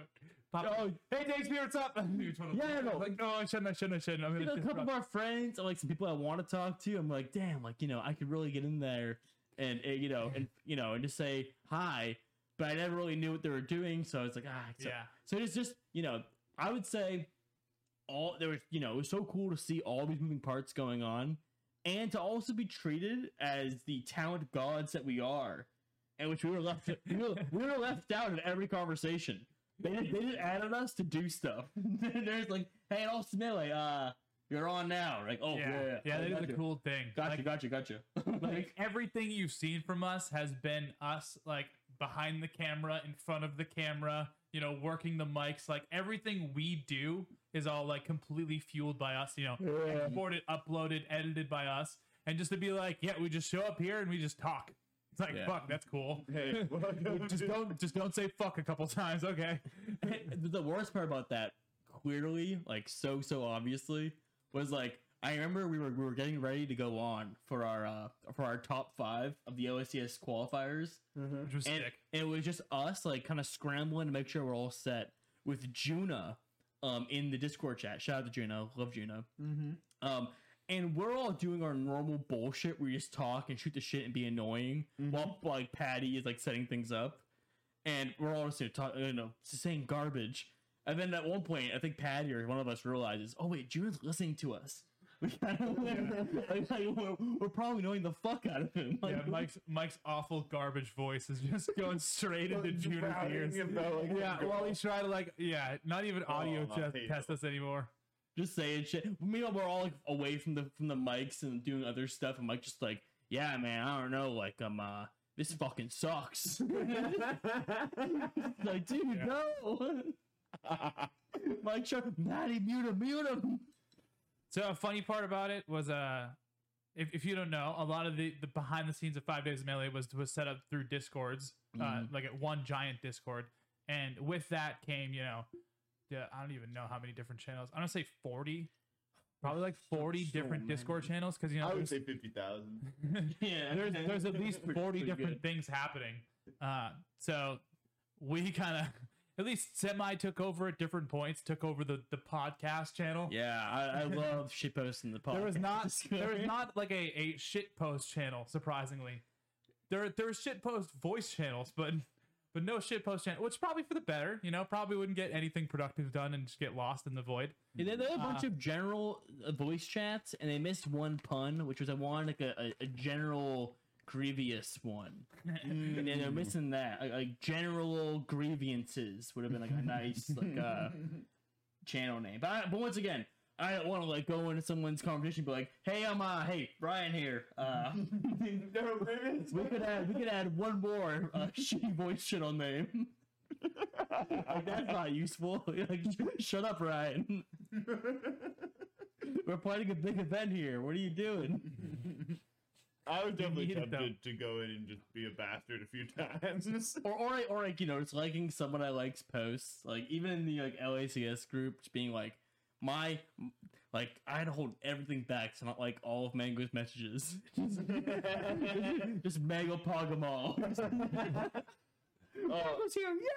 [SPEAKER 2] Pop-
[SPEAKER 1] oh,
[SPEAKER 2] hey, Dave Spear, what's up? You just wanna-
[SPEAKER 1] Yeah, no.
[SPEAKER 2] like, no, I shouldn't, I shouldn't, I shouldn't. I'm
[SPEAKER 1] you know,
[SPEAKER 2] gonna
[SPEAKER 1] a couple of
[SPEAKER 2] disrupt."
[SPEAKER 1] our friends, or like some people I want to talk to. I'm like, damn, like, you know, I could really get in there and, and, you know, and, you know, and just say hi. But I never really knew what they were doing. So I was like, ah, it's
[SPEAKER 2] yeah,
[SPEAKER 1] So it's just, you know, I would say all there was, you know, it was so cool to see all these moving parts going on and to also be treated as the talent gods that we are, and which we were left we were, we were left out of every conversation. They did, they didn't add on us to do stuff. There's like, hey, Austin Melee, uh, you're on now. Like, oh yeah,
[SPEAKER 2] yeah, yeah. that is
[SPEAKER 1] gotcha.
[SPEAKER 2] a cool thing.
[SPEAKER 1] Gotcha,
[SPEAKER 2] Like,
[SPEAKER 1] gotcha, gotcha.
[SPEAKER 2] like everything you've seen from us has been us like behind the camera, in front of the camera, you know, working the mics. Like everything we do is all like completely fueled by us, you know,
[SPEAKER 3] Yeah.
[SPEAKER 2] exported, uploaded, edited by us. And just to be like, yeah, we just show up here and we just talk. It's like,
[SPEAKER 1] Yeah.
[SPEAKER 2] fuck, that's cool.
[SPEAKER 3] Hey, welcome
[SPEAKER 2] just
[SPEAKER 3] to-
[SPEAKER 2] don't just don't say fuck a couple times, okay?
[SPEAKER 1] the worst part about that, clearly, like so so obviously, was like I remember we were we were getting ready to go on for our uh for our top five of the OSCS qualifiers,
[SPEAKER 3] Mm-hmm.
[SPEAKER 2] Which was
[SPEAKER 1] and,
[SPEAKER 2] sick.
[SPEAKER 1] and it was just us like kind of scrambling to make sure we're all set with Juna, um in the Discord chat. Shout out to Juna, love Juna. Um, and we're all doing our normal bullshit. We just talk and shoot the shit and be annoying
[SPEAKER 3] Mhm.
[SPEAKER 1] while like Patty is like setting things up, and we're all just talking, you know, just saying garbage. And then at one point, I think Patty or one of us realizes, oh wait, June's listening to us. We kind of like, like, we're, we're probably annoying the fuck out of him. Like,
[SPEAKER 2] Yeah, Mike's Mike's awful garbage voice is just going straight into
[SPEAKER 3] Just
[SPEAKER 2] Junior's
[SPEAKER 3] routing
[SPEAKER 2] ears.
[SPEAKER 3] about, like,
[SPEAKER 2] Yeah,
[SPEAKER 3] some
[SPEAKER 2] well,
[SPEAKER 3] girl.
[SPEAKER 2] he's trying to like, yeah, not even
[SPEAKER 1] Oh,
[SPEAKER 2] audio
[SPEAKER 3] I
[SPEAKER 2] test,
[SPEAKER 3] hate
[SPEAKER 2] test us anymore.
[SPEAKER 1] just saying shit. Meanwhile, we're all like, away from the from the mics and doing other stuff, and Mike just like, yeah, man, I don't know, like, um, uh, this fucking sucks. like, dude,
[SPEAKER 2] Yeah.
[SPEAKER 1] no. Mike Sharp, Matty, mute him, mute him.
[SPEAKER 2] So a funny part about it was, uh, if, if you don't know, a lot of the, the behind the scenes of Five Days of Melee was was set up through Discords, uh,
[SPEAKER 3] Mm-hmm.
[SPEAKER 1] Mhm.
[SPEAKER 2] like at one giant Discord, and with that came, you know, the, I don't even know how many different channels. I'm gonna say forty, probably like forty
[SPEAKER 3] So
[SPEAKER 2] different
[SPEAKER 3] many.
[SPEAKER 2] Discord channels because you
[SPEAKER 3] I
[SPEAKER 2] know
[SPEAKER 3] would
[SPEAKER 2] there's-
[SPEAKER 3] say fifty thousand.
[SPEAKER 1] Yeah,
[SPEAKER 2] there's there's at least
[SPEAKER 1] Pretty-
[SPEAKER 2] 40
[SPEAKER 1] pretty
[SPEAKER 2] different things happening uh so we kind of at least semi took over at different points took over the the podcast channel
[SPEAKER 1] good. Yeah, I, I love shitposting the podcast.
[SPEAKER 2] there was not there was not like a a shit post channel surprisingly there there was shit post voice channels but but no shit post channel which is probably for the better you know probably wouldn't get anything productive done and just get lost in the void
[SPEAKER 1] And then there were a bunch
[SPEAKER 2] Uh.
[SPEAKER 1] of general uh, voice chats, and they missed one pun, which was I wanted like a, a, a general grievous one.
[SPEAKER 2] Mm.
[SPEAKER 1] And then they're missing that. Like, like general grievances would have been like a nice like uh channel name. But I, but once again, I don't want to like go into someone's conversation and be like, "Hey, I'm uh, hey Brian here." Uh,
[SPEAKER 3] no, women's.
[SPEAKER 1] we could add we could add one more uh, shitty voice channel name. like that's not useful. like shut up, Ryan. We're planning a big event here. What are you doing?
[SPEAKER 3] I was definitely
[SPEAKER 2] need them.
[SPEAKER 3] tempted to go in and just be a bastard a few times.
[SPEAKER 1] or or like, or like you know, just liking someone I likes posts, like even in the like LACS group, just being like, my like I had to hold everything back, so not like all of Mango's messages, just Mango pog 'em all.
[SPEAKER 3] Oh,
[SPEAKER 1] Mango's here, yeah.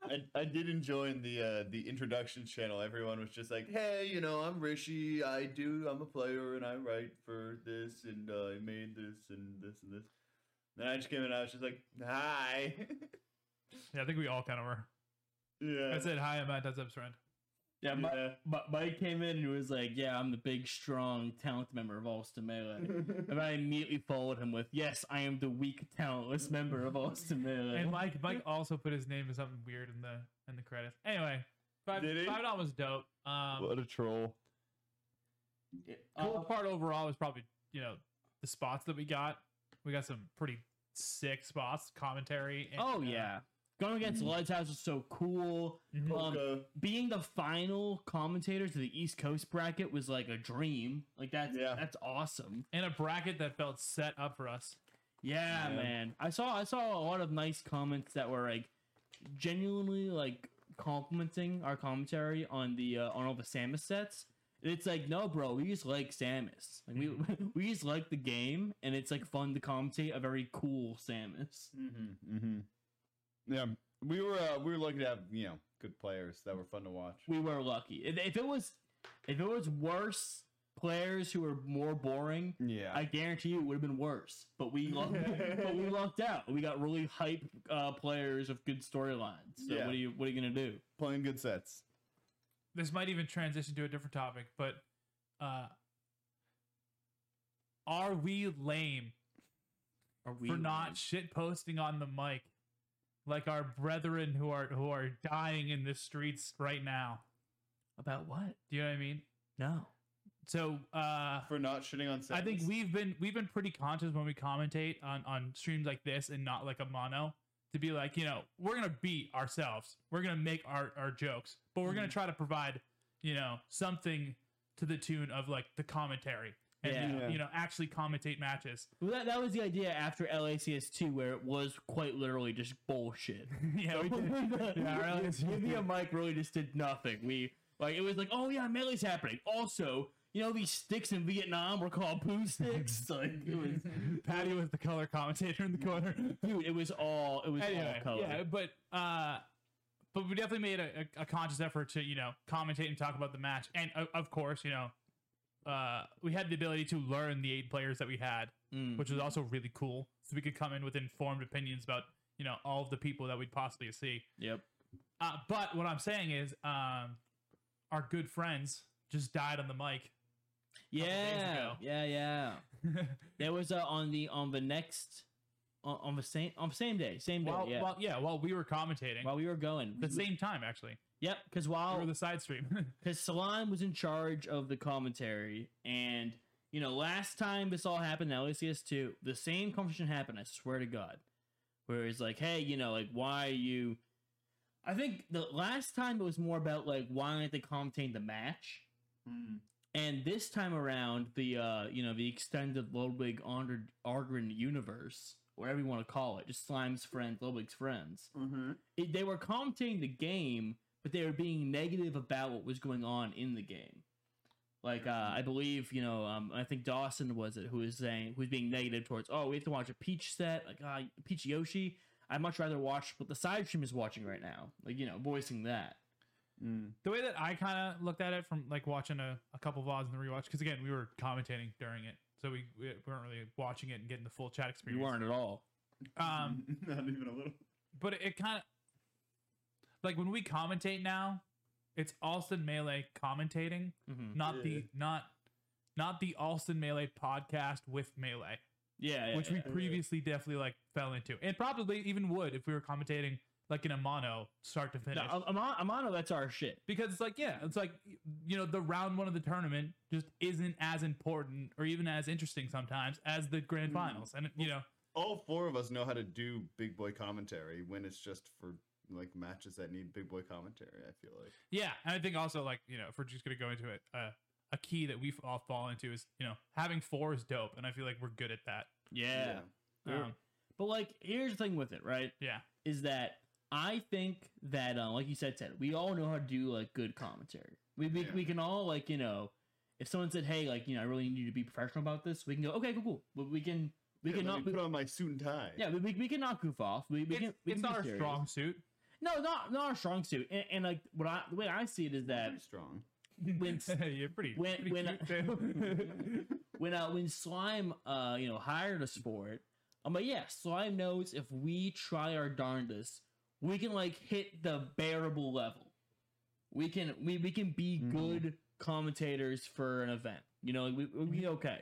[SPEAKER 3] I, I did enjoy in the uh, the introduction channel. Everyone was just like, "Hey, you know, I'm Rishi. I do. I'm a player, and I write for this, and uh, I made this, and this, and this." Then I just came in. I was just like, "Hi."
[SPEAKER 2] yeah i think we all kind of were
[SPEAKER 3] yeah.
[SPEAKER 2] i said hi i'm matt that's friend
[SPEAKER 1] Yeah, Mi-
[SPEAKER 3] Yeah.
[SPEAKER 1] Mi- Mike came in and was like, "Yeah, I'm the big, strong, talented member of Austin Melee," and I immediately followed him with, "Yes, I am the weak, talentless member of Austin Melee."
[SPEAKER 2] And Mike Mike also put his name as something weird in the in the credits. Anyway, five
[SPEAKER 3] Did he?
[SPEAKER 2] five dollars was dope. Um
[SPEAKER 3] a troll.
[SPEAKER 1] Uh,
[SPEAKER 2] cool part overall was probably, you know, the spots that we got. We got some pretty sick spots, commentary and,
[SPEAKER 1] oh
[SPEAKER 2] uh,
[SPEAKER 1] yeah, going against
[SPEAKER 2] Mm-hmm.
[SPEAKER 1] Lights House was so cool.
[SPEAKER 2] mhm.
[SPEAKER 1] Um, being the final commentator to the East Coast bracket was like a dream. Like that's
[SPEAKER 3] Yeah.
[SPEAKER 1] that's awesome.
[SPEAKER 2] and a bracket that felt set up for us.
[SPEAKER 1] Yeah,
[SPEAKER 3] Yeah.
[SPEAKER 1] man. I saw I saw a lot of nice comments that were like genuinely like complimenting our commentary on the uh, on all the Samus sets. It's like no, bro. We just like Samus. Like we we just like the game, and it's like fun to commentate a very cool Samus.
[SPEAKER 3] Mm-hmm, mm-hmm. Yeah, we were uh, we were lucky to have you know good players that were fun to watch.
[SPEAKER 1] we were lucky. If, if it was if it was worse players who were more boring,
[SPEAKER 3] Yeah,
[SPEAKER 1] I guarantee you it would have been worse. But we lucked, but we lucked out. We got really hype uh, players of good storylines. So
[SPEAKER 3] Yeah.
[SPEAKER 1] what are you what are you gonna do?
[SPEAKER 3] playing good sets.
[SPEAKER 2] This might even transition to a different topic, but uh are we lame
[SPEAKER 1] Are we
[SPEAKER 2] for not shit posting on the mic like our brethren who are who are dying in the streets right now?
[SPEAKER 1] about what?
[SPEAKER 2] Do you know what I mean?
[SPEAKER 1] No.
[SPEAKER 2] So uh
[SPEAKER 3] For not shitting on sets.
[SPEAKER 2] I think we've been we've been pretty conscious when we commentate on on streams like this and not like a mono to be like, you know, we're gonna beat ourselves. We're gonna make our, our jokes, but we're gonna try to provide, you know, something to the tune of like the commentary and
[SPEAKER 1] Yeah.
[SPEAKER 2] you, know,
[SPEAKER 3] Yeah.
[SPEAKER 2] you know actually commentate matches.
[SPEAKER 1] Well, that, that was the idea after LACS two, where it was quite literally just bullshit.
[SPEAKER 2] yeah, we did.
[SPEAKER 1] yeah,
[SPEAKER 2] Yeah,
[SPEAKER 1] really,
[SPEAKER 2] really.
[SPEAKER 1] Media Mike really just did nothing. We like it was like, oh yeah, melee's happening. Also, you know these sticks in Vietnam were called poo sticks. like it was,
[SPEAKER 2] Patty was the color commentator in the corner.
[SPEAKER 1] dude, it was all it was
[SPEAKER 2] anyway,
[SPEAKER 1] all color.
[SPEAKER 2] yeah, but uh, but we definitely made a, a, a conscious effort to you know commentate and talk about the match, and uh, of course, you know, uh, we had the ability to learn the eight players that we had,
[SPEAKER 1] Mm.
[SPEAKER 2] which was also really cool, so we could come in with informed opinions about you know all of the people that we'd possibly see.
[SPEAKER 1] Yep.
[SPEAKER 2] Uh, but what I'm saying is, um, our good friends just died on the mic.
[SPEAKER 1] Yeah.
[SPEAKER 2] ago.
[SPEAKER 1] Yeah. Yeah. That was uh, on the on the next on, on the same on the same day, same day.
[SPEAKER 2] while,
[SPEAKER 1] yeah.
[SPEAKER 2] while yeah, while we were commentating,
[SPEAKER 1] While we Oh. were going,
[SPEAKER 2] the same time actually,
[SPEAKER 1] yep. Because
[SPEAKER 2] over
[SPEAKER 1] while
[SPEAKER 2] the side stream.
[SPEAKER 1] because Salon was in charge of the commentary, and you know, last time this all happened, now LCS two, the same conversation happened. I swear to God, where it's like, hey, you know, like why are you? I think the last time it was more about like why aren't they commentating the match,
[SPEAKER 3] Mm-hmm.
[SPEAKER 1] and this time around, the uh, you know, the extended Ludwig Arnd- Argren universe, whatever you want to call it, just Slime's friends, Ludwig's friends
[SPEAKER 3] Mm-hmm.
[SPEAKER 1] it, they were commentating the game, but they were being negative about what was going on in the game. Like uh, I believe, you know, um, I think Dawson was it who was saying who was being negative towards. Oh, we have to watch a Peach set, like uh, Peach Yoshi. I'd much rather watch what the side stream is watching right now. Like you know, voicing that.
[SPEAKER 3] Mm.
[SPEAKER 2] the way that I kind of looked at it from like watching a, a couple VODs in the rewatch, because again, we were commentating during it. So we, we weren't really watching it and getting the full chat
[SPEAKER 1] You
[SPEAKER 2] experience.
[SPEAKER 1] weren't at all.
[SPEAKER 2] Um,
[SPEAKER 3] not even a little.
[SPEAKER 2] But it, kind of like when we commentate now, it's Alston Melee commentating,
[SPEAKER 1] hmm
[SPEAKER 2] not
[SPEAKER 3] Yeah.
[SPEAKER 2] the not not the Alston Melee podcast with Melee,
[SPEAKER 1] Yeah, yeah,
[SPEAKER 2] which
[SPEAKER 1] yeah.
[SPEAKER 2] we previously definitely like fell into, and probably even would if we were commentating like in a mono start to finish.
[SPEAKER 1] No, Am- Amano, Amano, that's our shit.
[SPEAKER 2] because it's like yeah it's like you know the round one of the tournament just isn't as important or even as interesting sometimes as the grand
[SPEAKER 1] Mm-hmm.
[SPEAKER 3] Mm.
[SPEAKER 2] finals and you know
[SPEAKER 4] all four of us know how to do big boy commentary when it's just for like matches that need big boy commentary. I feel like
[SPEAKER 2] yeah and i think also like you know if we're just gonna go into it uh, a key that we've all fallen into is you know having four is dope and i feel like we're good at that
[SPEAKER 1] yeah. Sure.
[SPEAKER 2] um,
[SPEAKER 1] But like, here's the thing with it, right?
[SPEAKER 2] Yeah.
[SPEAKER 1] is that I think that, uh, like you said, Ted, we all know how to do like good commentary. We we,
[SPEAKER 4] Yeah.
[SPEAKER 1] we can all like you know, if someone said, "Hey, like you know, I really need you to be professional about this," we can go, "Okay, cool, cool." We, we can we
[SPEAKER 4] Yeah,
[SPEAKER 1] can
[SPEAKER 4] let
[SPEAKER 1] not
[SPEAKER 4] me
[SPEAKER 1] we-
[SPEAKER 4] put on my suit and tie.
[SPEAKER 1] yeah we, we, we can not goof off. We, we
[SPEAKER 2] it's,
[SPEAKER 1] can we can
[SPEAKER 2] it's
[SPEAKER 1] be
[SPEAKER 2] not our
[SPEAKER 1] serious.
[SPEAKER 2] strong suit
[SPEAKER 1] No, not not our strong suit. And, and like what I the way I see it is that
[SPEAKER 4] Pretty strong.
[SPEAKER 1] When-
[SPEAKER 2] you're pretty,
[SPEAKER 1] when-
[SPEAKER 2] pretty
[SPEAKER 1] when-
[SPEAKER 2] cute, too.
[SPEAKER 1] when uh, when slime uh you know hired us for it, I'm like, yeah, slime knows if we try our darndest, we can like hit the bearable level. We can we we can be
[SPEAKER 3] Mhm.
[SPEAKER 1] good commentators for an event. You know, we we'll be okay.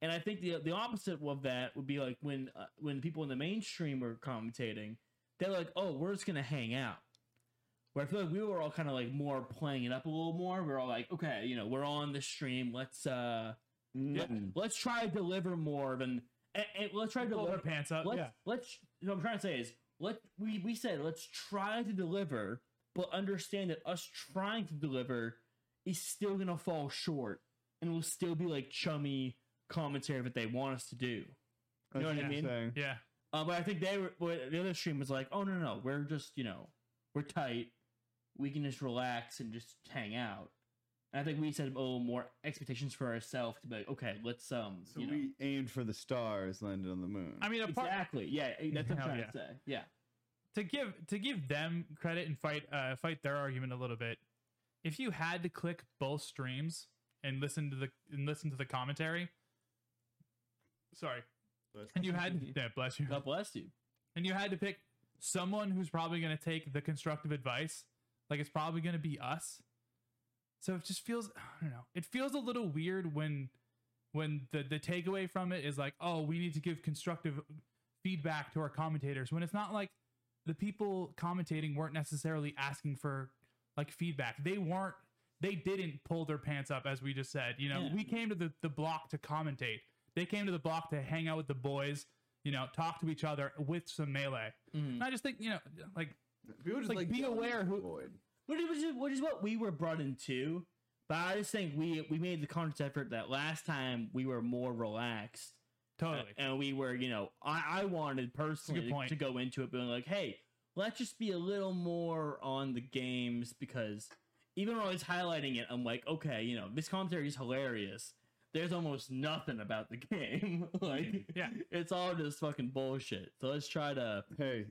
[SPEAKER 1] And I think the the opposite of that would be like when uh, when people in the mainstream were commentating, they're like, oh, we're just gonna hang out. Where I feel like we were all kind of like more playing it up a little more. We are all like, okay, you know, we're on the stream. Let's uh
[SPEAKER 3] Mm.
[SPEAKER 1] let's try to deliver more than and, and let's try to
[SPEAKER 2] pull their
[SPEAKER 1] deliver.
[SPEAKER 2] pants up
[SPEAKER 1] Let's
[SPEAKER 2] uh, yeah
[SPEAKER 1] let's. What I'm trying to say is let we we said let's try to deliver, but understand that us trying to deliver is still gonna fall short, and will still be like chummy commentary that they want us to do. You know what I mean?
[SPEAKER 3] Saying.
[SPEAKER 2] yeah
[SPEAKER 1] Uh, but I think they were what- the other stream was like, oh no no, we're just you know we're tight, we can just relax and just hang out. And I think we set up a little more expectations for ourselves to be like, okay, let's um.
[SPEAKER 4] So
[SPEAKER 1] you know,
[SPEAKER 4] we aimed for the stars, landed on the moon.
[SPEAKER 2] i mean apart,
[SPEAKER 1] Exactly. Yeah, eh, that's what I'm
[SPEAKER 2] Hell
[SPEAKER 1] trying
[SPEAKER 2] yeah.
[SPEAKER 1] to say. Yeah.
[SPEAKER 2] to give to give them credit and fight uh, fight their argument a little bit. If you had to click both streams and listen to the and listen to the commentary, sorry,
[SPEAKER 4] Bless
[SPEAKER 2] and you had yeah, bless you,
[SPEAKER 1] God bless you.
[SPEAKER 2] and you had to pick someone who's probably going to take the constructive advice, like it's probably going to be us. So it just feels I don't know. It feels a little weird when when the the takeaway from it is like, oh, we need to give constructive feedback to our commentators when it's not like the people commentating weren't necessarily asking for like feedback. They weren't they didn't pull their pants up as we just said. You know,
[SPEAKER 1] Yeah.
[SPEAKER 2] we came to the, the block to commentate. They came to the block to hang out with the boys, you know, talk to each other with some melee. And I just think, you know, like
[SPEAKER 4] People just
[SPEAKER 2] Like, be
[SPEAKER 4] yelling
[SPEAKER 2] aware
[SPEAKER 4] at
[SPEAKER 2] who-
[SPEAKER 4] Floyd.
[SPEAKER 1] Which is, which is- which is what we were brought into. But I just think we we made the conscious effort that last time we were more relaxed.
[SPEAKER 2] totally.
[SPEAKER 1] And we were, you know, I, I wanted personally
[SPEAKER 2] point.
[SPEAKER 1] to go into it being like, hey, let's just be a little more on the games because even when I was highlighting it, I'm like, okay, you know, this commentary is hilarious. There's almost nothing about the game. like,
[SPEAKER 2] Yeah.
[SPEAKER 1] it's all just fucking bullshit. So let's try to
[SPEAKER 4] Hey,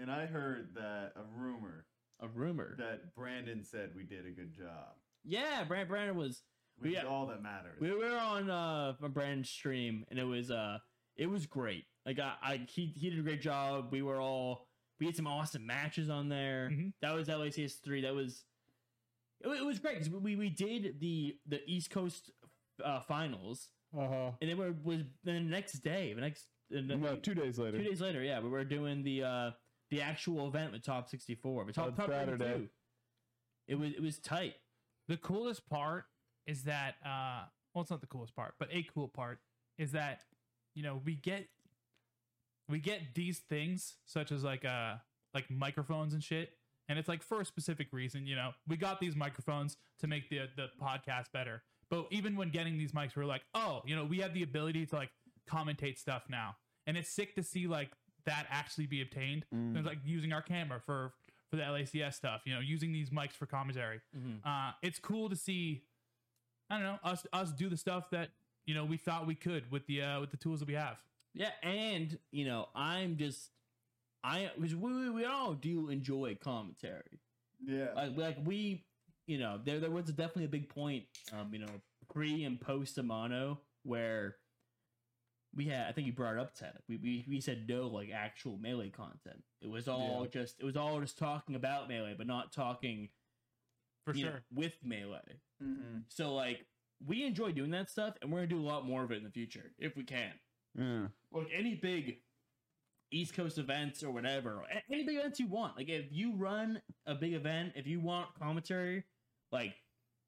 [SPEAKER 4] and I heard that a rumor
[SPEAKER 1] a rumor.
[SPEAKER 4] that Brandon said we did a good job,
[SPEAKER 1] Yeah, Brand Brandon was
[SPEAKER 4] which
[SPEAKER 1] Yeah.
[SPEAKER 4] is all that matters.
[SPEAKER 1] we were on uh a brand stream and it was uh it was great like i, I he, he did a great job we were all we had some awesome matches on there
[SPEAKER 2] Mhm.
[SPEAKER 1] that was lacs3 that was it, wa- it was great because we, we did the the east coast uh finals
[SPEAKER 3] Uh-huh.
[SPEAKER 1] and then we were- was then the next day the next the, the-
[SPEAKER 3] No, two days later.
[SPEAKER 1] two days later yeah we were doing the uh the actual event with top 64 with top,
[SPEAKER 3] On
[SPEAKER 1] top
[SPEAKER 3] Saturday.
[SPEAKER 1] 32. it was it was tight
[SPEAKER 2] the coolest part is that uh well it's not the coolest part but a cool part is that you know we get we get these things such as like uh like microphones and shit and it's like for a specific reason you know we got these microphones to make the the podcast better but even when getting these mics we we're like oh you know we have the ability to like commentate stuff now and it's sick to see like that actually be obtained
[SPEAKER 3] Mm.
[SPEAKER 2] It's like using our camera for for the lacs stuff you know using these mics for commentary
[SPEAKER 1] Mhm.
[SPEAKER 2] uh, it's cool to see. I don't know us us do the stuff that you know we thought we could with the uh, with the tools that we have.
[SPEAKER 1] Yeah, and you know, I'm just I because we, we we all do enjoy commentary.
[SPEAKER 4] yeah.
[SPEAKER 1] Like, like we, you know, there there was definitely a big point, um, you know, pre and post Amano where we had I think you brought it up Ted. We we we said no like actual melee content. It was all just it was all just talking about melee, but not talking
[SPEAKER 2] For
[SPEAKER 1] you know,
[SPEAKER 2] sure.
[SPEAKER 1] with melee.
[SPEAKER 4] hmm
[SPEAKER 1] So like we enjoy doing that stuff, and we're gonna do a lot more of it in the future if we can
[SPEAKER 3] Yeah.
[SPEAKER 1] look any big east coast events or whatever a- any big events you want like if you run a big event if you want commentary like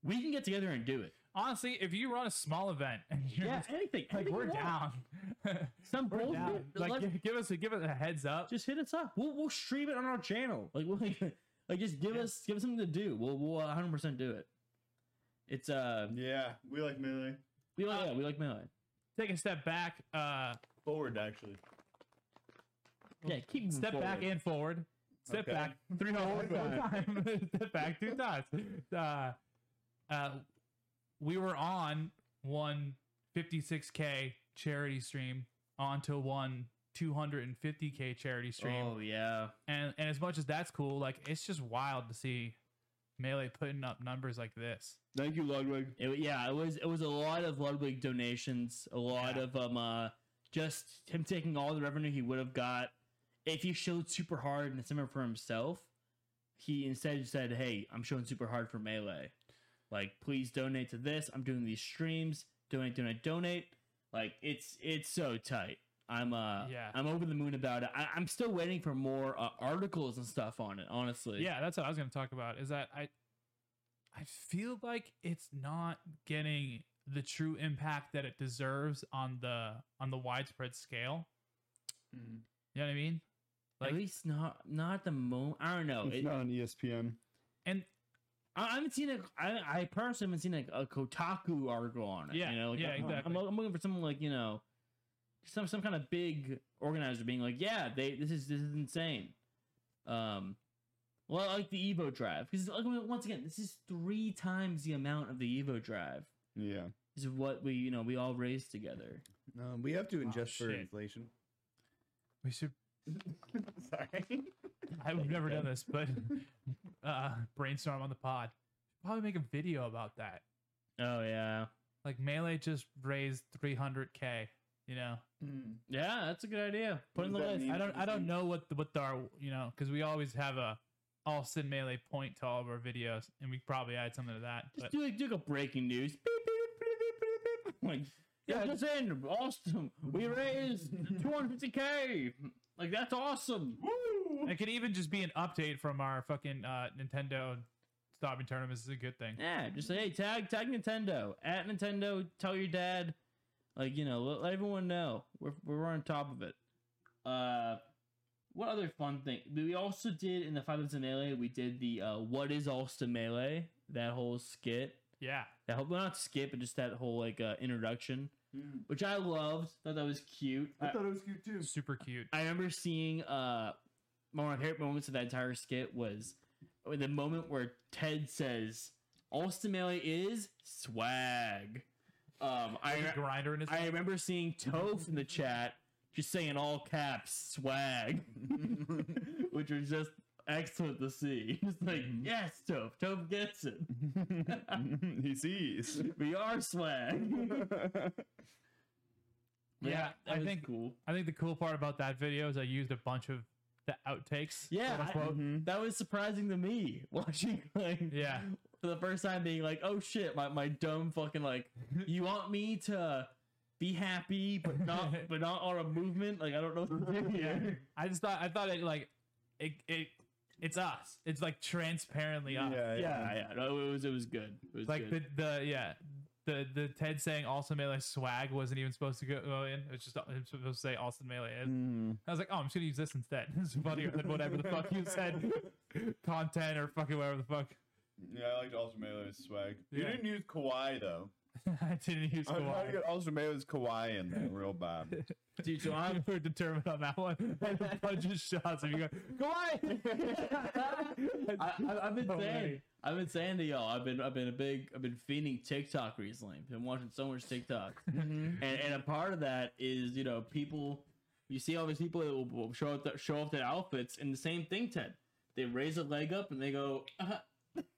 [SPEAKER 1] we can get together and do it
[SPEAKER 2] Honestly, if you run a small event and you're
[SPEAKER 1] yeah
[SPEAKER 2] just
[SPEAKER 1] anything
[SPEAKER 2] like
[SPEAKER 1] anything
[SPEAKER 2] we're
[SPEAKER 1] you want.
[SPEAKER 2] down,
[SPEAKER 1] some
[SPEAKER 2] we're
[SPEAKER 1] bullshit
[SPEAKER 2] down.
[SPEAKER 1] like,
[SPEAKER 2] Like gi- give us a give us a heads up.
[SPEAKER 1] just hit us up we'll, we'll stream it on our channel like we'll, like, like, just give
[SPEAKER 2] Yeah.
[SPEAKER 1] us give us something to do we'll, we'll 100% do it it's uh
[SPEAKER 4] Yeah, we like melee.
[SPEAKER 1] we like yeah, we like melee
[SPEAKER 2] Take a step back. Uh,
[SPEAKER 4] Forward, actually.
[SPEAKER 1] yeah keep
[SPEAKER 2] step back
[SPEAKER 1] in
[SPEAKER 2] and forward. Step
[SPEAKER 4] Okay.
[SPEAKER 2] back three times.
[SPEAKER 3] times.
[SPEAKER 2] step back two times. Uh, uh, we were on one 56k charity stream onto one 250k charity stream,
[SPEAKER 1] oh yeah
[SPEAKER 2] and and as much as that's cool, like it's just wild to see melee putting up numbers like this.
[SPEAKER 3] Thank you, Ludwig.
[SPEAKER 1] It, yeah, it was it was a lot of Ludwig donations, a lot
[SPEAKER 2] Yeah.
[SPEAKER 1] of um uh just him taking all the revenue he would have got if he showed super hard and summer for himself. He instead said, "Hey, I'm showing super hard for melee. Like, please donate to this. I'm doing these streams. Donate, donate, donate. Like, it's it's so tight. I'm uh
[SPEAKER 2] Yeah.
[SPEAKER 1] I'm over the moon about it. I, I'm still waiting for more uh, articles and stuff on it. Honestly,
[SPEAKER 2] Yeah, that's what I was going to talk about. Is that I, I feel like it's not getting the true impact that it deserves on the on the widespread scale.
[SPEAKER 4] Mm-hmm.
[SPEAKER 2] You know what I mean? Like,
[SPEAKER 1] at least not not at the moment. I don't
[SPEAKER 4] Oh,
[SPEAKER 1] know.
[SPEAKER 3] It's
[SPEAKER 1] It-
[SPEAKER 3] not
[SPEAKER 4] E
[SPEAKER 3] on ESPN.
[SPEAKER 2] and
[SPEAKER 1] I I haven't seen a. I, I personally haven't seen like a Kotaku article on it.
[SPEAKER 2] Yeah,
[SPEAKER 1] you know, like,
[SPEAKER 2] yeah,
[SPEAKER 1] I'm,
[SPEAKER 2] exactly.
[SPEAKER 1] I'm, I'm looking for someone like you know, some some kind of big organizer being like, yeah, they this is this is insane. Um, well, I like the Evo Drive because like, once again, this is three times the amount of the Evo Drive
[SPEAKER 3] Yeah.
[SPEAKER 1] is what we you know we all raised together.
[SPEAKER 4] Um, we have to
[SPEAKER 2] Oh,
[SPEAKER 4] ingest for
[SPEAKER 2] shit.
[SPEAKER 4] inflation.
[SPEAKER 2] we should.
[SPEAKER 4] Sorry.
[SPEAKER 2] I've never done this, but uh, brainstorm on the pod. Probably make a video about that.
[SPEAKER 1] Oh yeah,
[SPEAKER 2] Like melee just raised 300k. You know,
[SPEAKER 4] Mm.
[SPEAKER 1] yeah, that's a good idea. Put
[SPEAKER 4] What
[SPEAKER 1] in the
[SPEAKER 4] does that
[SPEAKER 1] list.
[SPEAKER 4] mean?
[SPEAKER 2] I don't I don't know what the, what the our you know because we always have a all sin melee point to all of our videos, and we probably add something to that.
[SPEAKER 1] Just
[SPEAKER 2] But
[SPEAKER 1] do like do like a breaking news. Beep, beep, beep, beep, beep, beep, beep. Like yeah, just in Austin, we raised 250k. Like that's awesome.
[SPEAKER 4] Woo!
[SPEAKER 2] it could even just be an update from our fucking uh, Nintendo stopping tournaments is a good thing.
[SPEAKER 1] Yeah, just say hey, tag tag Nintendo at Nintendo. Tell your dad, like you know, let, let everyone know we're we're on top of it. Uh, what other fun thing? We also did in the Five Minutes of Melee. We did the uh, "What is Austin Melee?" That whole skit.
[SPEAKER 2] Yeah.
[SPEAKER 1] That whole well, not skit, but just that whole like uh, introduction,
[SPEAKER 4] Mm.
[SPEAKER 1] which I loved. Thought that was cute.
[SPEAKER 3] I
[SPEAKER 1] I,
[SPEAKER 3] thought it was cute too.
[SPEAKER 2] Super cute.
[SPEAKER 1] I remember seeing uh, one of my favorite moments of that entire skit was the moment where Ted says, "Austin Melee is swag." Um, I
[SPEAKER 2] With a grinder in his
[SPEAKER 1] I remember seeing Toph in the chat just saying all caps swag, which was just excellent to see. Just like,
[SPEAKER 2] Mhm.
[SPEAKER 1] yes, Toph, Toph gets it.
[SPEAKER 4] he sees. Mm-hmm.
[SPEAKER 1] We are swag.
[SPEAKER 2] Yeah,
[SPEAKER 1] that
[SPEAKER 2] I
[SPEAKER 1] was
[SPEAKER 2] think-
[SPEAKER 1] cool.
[SPEAKER 2] I think the cool part about that video is I used a bunch of the outtakes.
[SPEAKER 1] Yeah,
[SPEAKER 2] quote
[SPEAKER 1] I-
[SPEAKER 2] unquote.
[SPEAKER 1] That was surprising to me watching like
[SPEAKER 2] yeah.
[SPEAKER 1] for the first time being like, oh shit, my, my dumb fucking like you want me to be happy but not but not on a movement? Like I don't know what to do here.
[SPEAKER 2] I just thought I thought it like it it it's us. It's like transparently us.
[SPEAKER 1] Yeah, yeah. No, it was it was good. It was
[SPEAKER 2] Like
[SPEAKER 1] good.
[SPEAKER 2] the the yeah. The, the Ted saying Austin Melee swag wasn't even supposed to go go in. It was just it was supposed to say Austin Melee. is.
[SPEAKER 1] Mm.
[SPEAKER 4] Mm.
[SPEAKER 2] I was like, oh, I'm just gonna use this instead. It's funnier than whatever the fuck you said, content or fucking whatever the fuck.
[SPEAKER 4] Yeah, I liked Alter Melee's swag. You
[SPEAKER 2] Yeah.
[SPEAKER 4] didn't use Kawhi though.
[SPEAKER 2] I didn't use
[SPEAKER 4] I'm trying to
[SPEAKER 2] Kawhi.
[SPEAKER 4] get Alter Melee's Kawhi in there real bad.
[SPEAKER 1] Dude, so I'm
[SPEAKER 2] I'm pretty determined on that one. I had a bunch of shots. If you go, Kawhi.
[SPEAKER 1] I, I, I've been
[SPEAKER 4] Oh,
[SPEAKER 2] No
[SPEAKER 1] saying,
[SPEAKER 2] way.
[SPEAKER 1] I've been saying to y'all, I've been, I've been a big, I've been feeding TikTok recently. I've been watching so much TikTok,
[SPEAKER 4] Mm-hmm.
[SPEAKER 1] and, and a part of that is, you know, people, you see all these people that will, will show up, the, show off their outfits, and the same thing, Ted. They raise a leg up and they go, uh,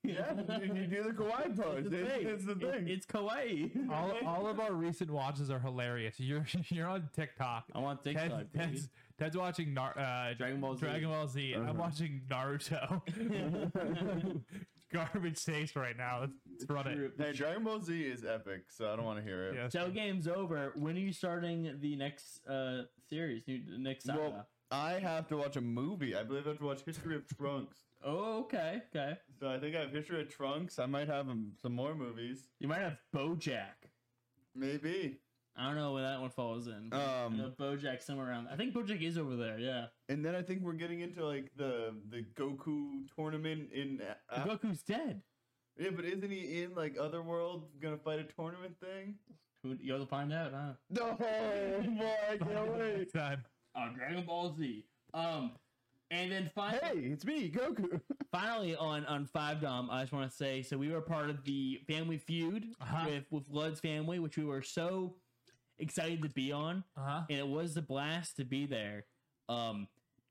[SPEAKER 4] yeah, you, you do the Kawhi pose.
[SPEAKER 1] it's the
[SPEAKER 4] It's,
[SPEAKER 1] thing.
[SPEAKER 4] it's the
[SPEAKER 1] It-
[SPEAKER 4] thing.
[SPEAKER 1] it's kawaii.
[SPEAKER 2] all, all of our recent watches are hilarious. You're you're on TikTok.
[SPEAKER 1] I want
[SPEAKER 2] Ted's,
[SPEAKER 1] TikTok. baby.
[SPEAKER 2] Ted's, Ted's watching Nar- uh,
[SPEAKER 1] Dragon Ball Z.
[SPEAKER 2] Dragon Ball Z. Uh-huh. am watching Naruto. Garbage taste right now. Let's, let's run it.
[SPEAKER 4] hey, Dragon Ball Z is epic, so I don't want to hear it.
[SPEAKER 2] Yes.
[SPEAKER 1] So game's over. When are you starting the next uh series? New the next saga?
[SPEAKER 4] Well, I have to watch a movie. I believe I have to watch History of Trunks.
[SPEAKER 1] oh, okay, okay.
[SPEAKER 4] So I think I have History of Trunks. I might have um, some more movies.
[SPEAKER 1] You might have BoJack.
[SPEAKER 4] Maybe.
[SPEAKER 1] I don't know when that one falls in. I know
[SPEAKER 4] Um,
[SPEAKER 1] BoJack somewhere around. I think BoJack is over there. Yeah,
[SPEAKER 4] and then I think we're getting into like the the Goku tournament in. A-
[SPEAKER 1] But
[SPEAKER 4] A-
[SPEAKER 1] Goku's dead.
[SPEAKER 4] yeah, but isn't he in like Otherworld gonna fight a tournament thing?
[SPEAKER 1] Who you'll find out, huh?
[SPEAKER 4] No, boy, I can't wait.
[SPEAKER 2] Next time.
[SPEAKER 1] Oh, Dragon Ball Z. Um, and then finally,
[SPEAKER 4] Hey, it's me, Goku.
[SPEAKER 1] finally on on Five Dom, I just want to say so we were part of the Family Feud
[SPEAKER 2] Uh-huh.
[SPEAKER 1] with with Blood's family, which we were so excited to be on.
[SPEAKER 2] Uh huh.
[SPEAKER 1] and it was a blast to be there. Um,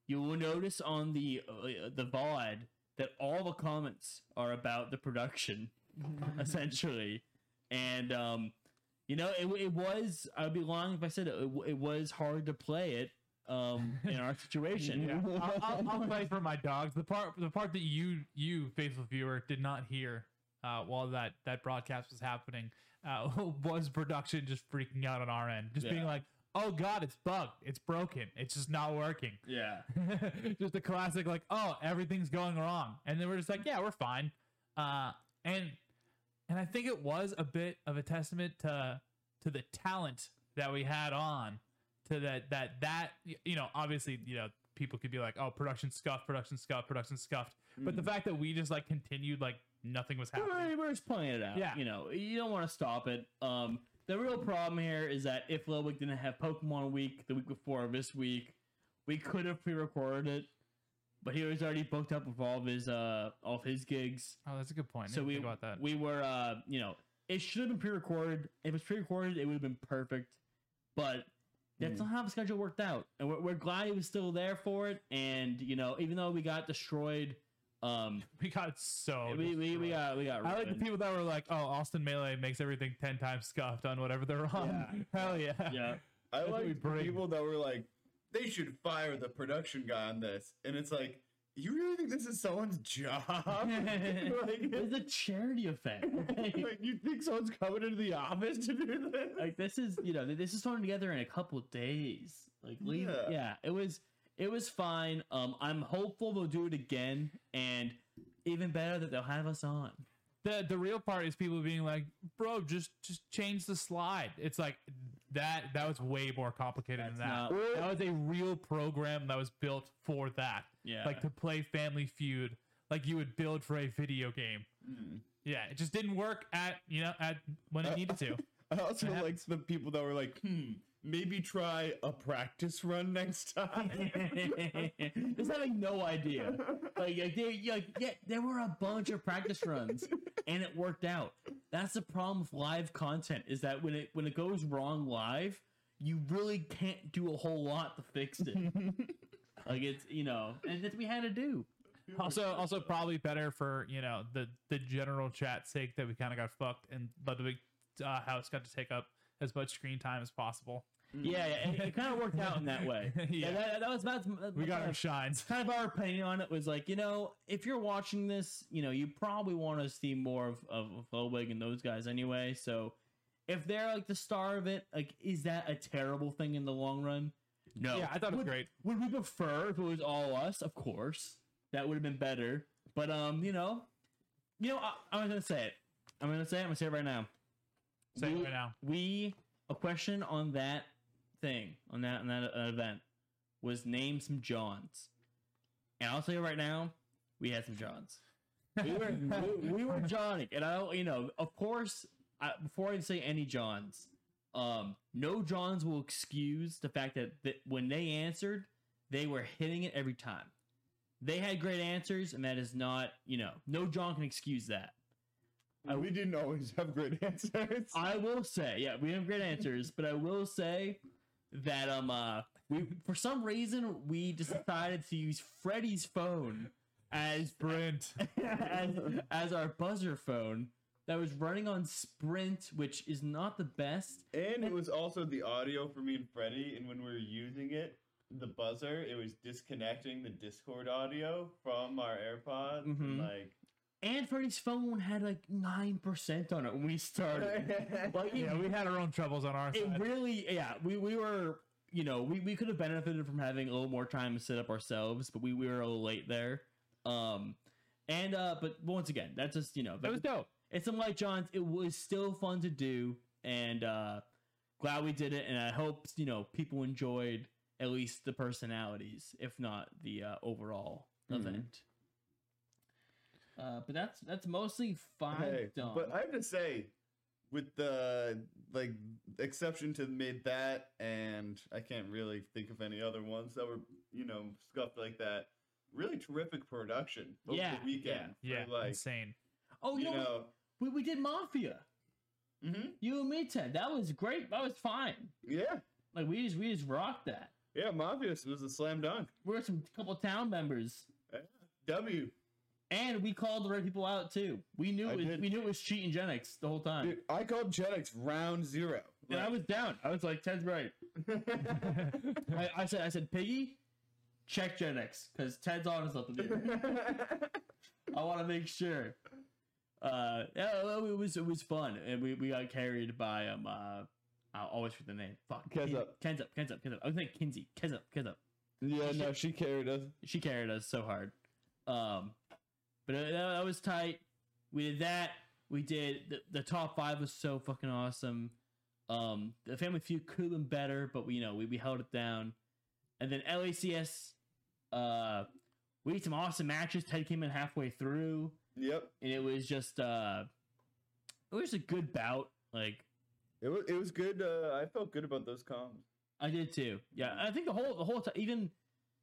[SPEAKER 1] you will notice on the uh, the VOD that all the comments are about the production, essentially, and um, you know it, it was. I'd be lying if I said it, it, w- it was hard to play it um, in our situation.
[SPEAKER 2] Yeah. I'll, I'll, I'll play for my dogs. The part, the part that you, you faithful viewer, did not hear uh, while that that broadcast was happening uh, was production just freaking out on our end, just
[SPEAKER 1] Yeah.
[SPEAKER 2] being like, "Oh God, it's bugged, it's broken, it's just not working."
[SPEAKER 1] yeah.
[SPEAKER 2] just a classic, like, "Oh, everything's going wrong," and then we're just like, "Yeah, we're fine." Uh, and and I think it was a bit of a testament to to the talent that we had on to that that that y- you know obviously you know people could be like oh production scuffed production scuffed production scuffed but
[SPEAKER 1] Mm.
[SPEAKER 2] the fact that we just like continued like nothing was
[SPEAKER 1] We
[SPEAKER 2] happening
[SPEAKER 1] We're, we're just playing it out.
[SPEAKER 2] Yeah.
[SPEAKER 1] You know, you don't want to stop it. Um, the real problem here is that if Ludwig didn't have Pokemon Week the week before or this week, we could have pre-recorded it, but he was already booked up with all of his uh all of his gigs.
[SPEAKER 2] oh that's a good point I
[SPEAKER 1] so
[SPEAKER 2] didn't
[SPEAKER 1] we
[SPEAKER 2] think about that
[SPEAKER 1] we were uh you know it should have been pre-recorded. If it was pre-recorded, it would have been perfect, but.
[SPEAKER 2] Mm.
[SPEAKER 1] That's not how the schedule worked out, and we're, we're glad he was still there for it. And you know, even though we got destroyed, um,
[SPEAKER 2] we got so
[SPEAKER 1] we, we, we
[SPEAKER 2] Oh, destroyed.
[SPEAKER 1] got we got.
[SPEAKER 2] I like the
[SPEAKER 1] ruined.
[SPEAKER 2] people that were like, "Oh, Austin Melee makes everything ten times scuffed on whatever they're on." Hell yeah!
[SPEAKER 1] Yeah,
[SPEAKER 4] I
[SPEAKER 2] That's what we
[SPEAKER 4] like
[SPEAKER 2] bring.
[SPEAKER 4] people that were like, they should fire the production guy on this, and it's like, you really think this is someone's job? like,
[SPEAKER 1] It's a charity event. Like,
[SPEAKER 4] like, you think someone's coming into the office to do this?
[SPEAKER 1] like, this is you know this is thrown together in a couple days. Like leave yeah.
[SPEAKER 4] Yeah.
[SPEAKER 1] it was it was fine. Um, I'm hopeful they'll do it again, and even better that they'll have us on.
[SPEAKER 2] The the real part is people being like, "Bro, just just change the slide." It's like That that was way more complicated
[SPEAKER 1] That's
[SPEAKER 2] than that.
[SPEAKER 1] not-
[SPEAKER 3] Well,
[SPEAKER 2] that was a real program that was built for that.
[SPEAKER 1] yeah.
[SPEAKER 2] Like to play Family Feud, like you would build for a video game.
[SPEAKER 4] Mm.
[SPEAKER 2] Yeah, it just didn't work at you know at when it
[SPEAKER 4] Uh,
[SPEAKER 2] needed to.
[SPEAKER 4] I also
[SPEAKER 2] It hap-
[SPEAKER 4] like the people that were like, hmm, maybe try a practice run next time.
[SPEAKER 1] just having no idea. Like, like they, like, yeah, there were a bunch of practice runs, and it worked out. That's the problem with live content is that when it when it goes wrong live, you really can't do a whole lot to fix it. like it's you know, and that's what we had to do.
[SPEAKER 2] Also, also probably better for you know the the general chat sake that we kind of got fucked and Ludwig uh, House got to take up as much screen time as possible.
[SPEAKER 1] Yeah, yeah it, kind of worked out in that way.
[SPEAKER 2] yeah,
[SPEAKER 1] Yeah, that, that was about.
[SPEAKER 2] we got our
[SPEAKER 1] our
[SPEAKER 2] shines.
[SPEAKER 1] kind of our opinion on it was like, you know, if you're watching this, you know, you probably want to see more of, of, of Ludwig and those guys anyway. So if they're like the star of it, like, is that a terrible thing in the long run? No.
[SPEAKER 2] Yeah, I thought it was
[SPEAKER 1] Would-
[SPEAKER 2] great.
[SPEAKER 1] Would we prefer if it was all us? Of course. That would have been better. But, um, you know, you know, I, I'm going to say it. I'm going to say it. I'm going to say it right now.
[SPEAKER 2] Say it
[SPEAKER 1] We-
[SPEAKER 2] right now.
[SPEAKER 1] we a question on that thing on that on that uh, event was name some Johns, and I'll tell you right now, we had some Johns. We were we, we were Johnny, and I don't you know of course I, before I say any Johns, um, no Johns will excuse the fact that, that when they answered, they were hitting it every time. They had great answers, and that is not you know no John can excuse that.
[SPEAKER 4] we didn't always have great answers.
[SPEAKER 1] I will say, yeah, we have great answers, but I will say that um uh we for some reason we decided to use Freddy's phone as
[SPEAKER 2] Brent.
[SPEAKER 1] as, as our buzzer phone that was running on Sprint, which is not the best.
[SPEAKER 4] And it was also the audio for me and Freddie, and when we were using it, the buzzer, it was disconnecting the Discord audio from our AirPods.
[SPEAKER 1] Mhm.
[SPEAKER 2] Mm-hmm.
[SPEAKER 4] Like,
[SPEAKER 1] And Freddy's phone had like nine percent on it when we started. Like it
[SPEAKER 2] Yeah, we had our own troubles on our
[SPEAKER 1] it
[SPEAKER 2] side.
[SPEAKER 1] really yeah we we were you know we, we could have benefited from having a little more time to set up ourselves but we, we were a little late there um and uh but once again that's just you know
[SPEAKER 2] It was dope.
[SPEAKER 1] it's some like john's it was still fun to do and uh glad we did it and i hope you know people enjoyed at least the personalities if not the uh, overall
[SPEAKER 4] Mhm.
[SPEAKER 1] event uh, but that's that's mostly five
[SPEAKER 4] Hey,
[SPEAKER 1] dumb.
[SPEAKER 4] but I have to say, with the like exception to made that, and I can't really think of any other ones that were you know scuffed like that. Really terrific production over
[SPEAKER 1] Yeah,
[SPEAKER 4] the weekend.
[SPEAKER 2] Yeah,
[SPEAKER 4] for, like
[SPEAKER 2] insane.
[SPEAKER 1] oh
[SPEAKER 4] you
[SPEAKER 1] you know,
[SPEAKER 4] know,
[SPEAKER 1] we, we did mafia
[SPEAKER 4] mhm,
[SPEAKER 1] You and me, Ted. That was great. That was fine.
[SPEAKER 4] yeah,
[SPEAKER 1] Like we just we just rocked that.
[SPEAKER 4] yeah. Mafia was a slam dunk.
[SPEAKER 1] We were some couple town members,
[SPEAKER 4] W.
[SPEAKER 1] and we called the right people out too. We knew
[SPEAKER 4] I
[SPEAKER 1] it was,
[SPEAKER 4] did.
[SPEAKER 1] we knew it was cheating Genix the whole time,
[SPEAKER 4] Dude, I called Jetix round zero.
[SPEAKER 1] and I was down. I was like, Ted's right. I, I said I said Piggy, check Genix because Ted's on his up to do. I want to make sure. Uh, yeah, well, it was it was fun, and we, we got carried by um uh, I always forget the name. Fuck,
[SPEAKER 4] Kenzup.
[SPEAKER 1] Ken's up, Ken's up, Ken's up. I was like Kinsey, Ken's up, Ken's up.
[SPEAKER 4] yeah, no, she carried us.
[SPEAKER 1] she carried us so hard. Um, but uh, that, that was tight. We did that. We did the, the top five was so fucking awesome. Um, the Family Feud could have been better, but we you know we, we held it down. And then LACS, uh, we had some awesome matches. Ted came in halfway through,
[SPEAKER 4] Yep,
[SPEAKER 1] and it was just uh, it was a good bout. Like
[SPEAKER 4] it was. It was good. Uh, I felt good about those comms.
[SPEAKER 1] I did too. Yeah, I think the whole the whole time, even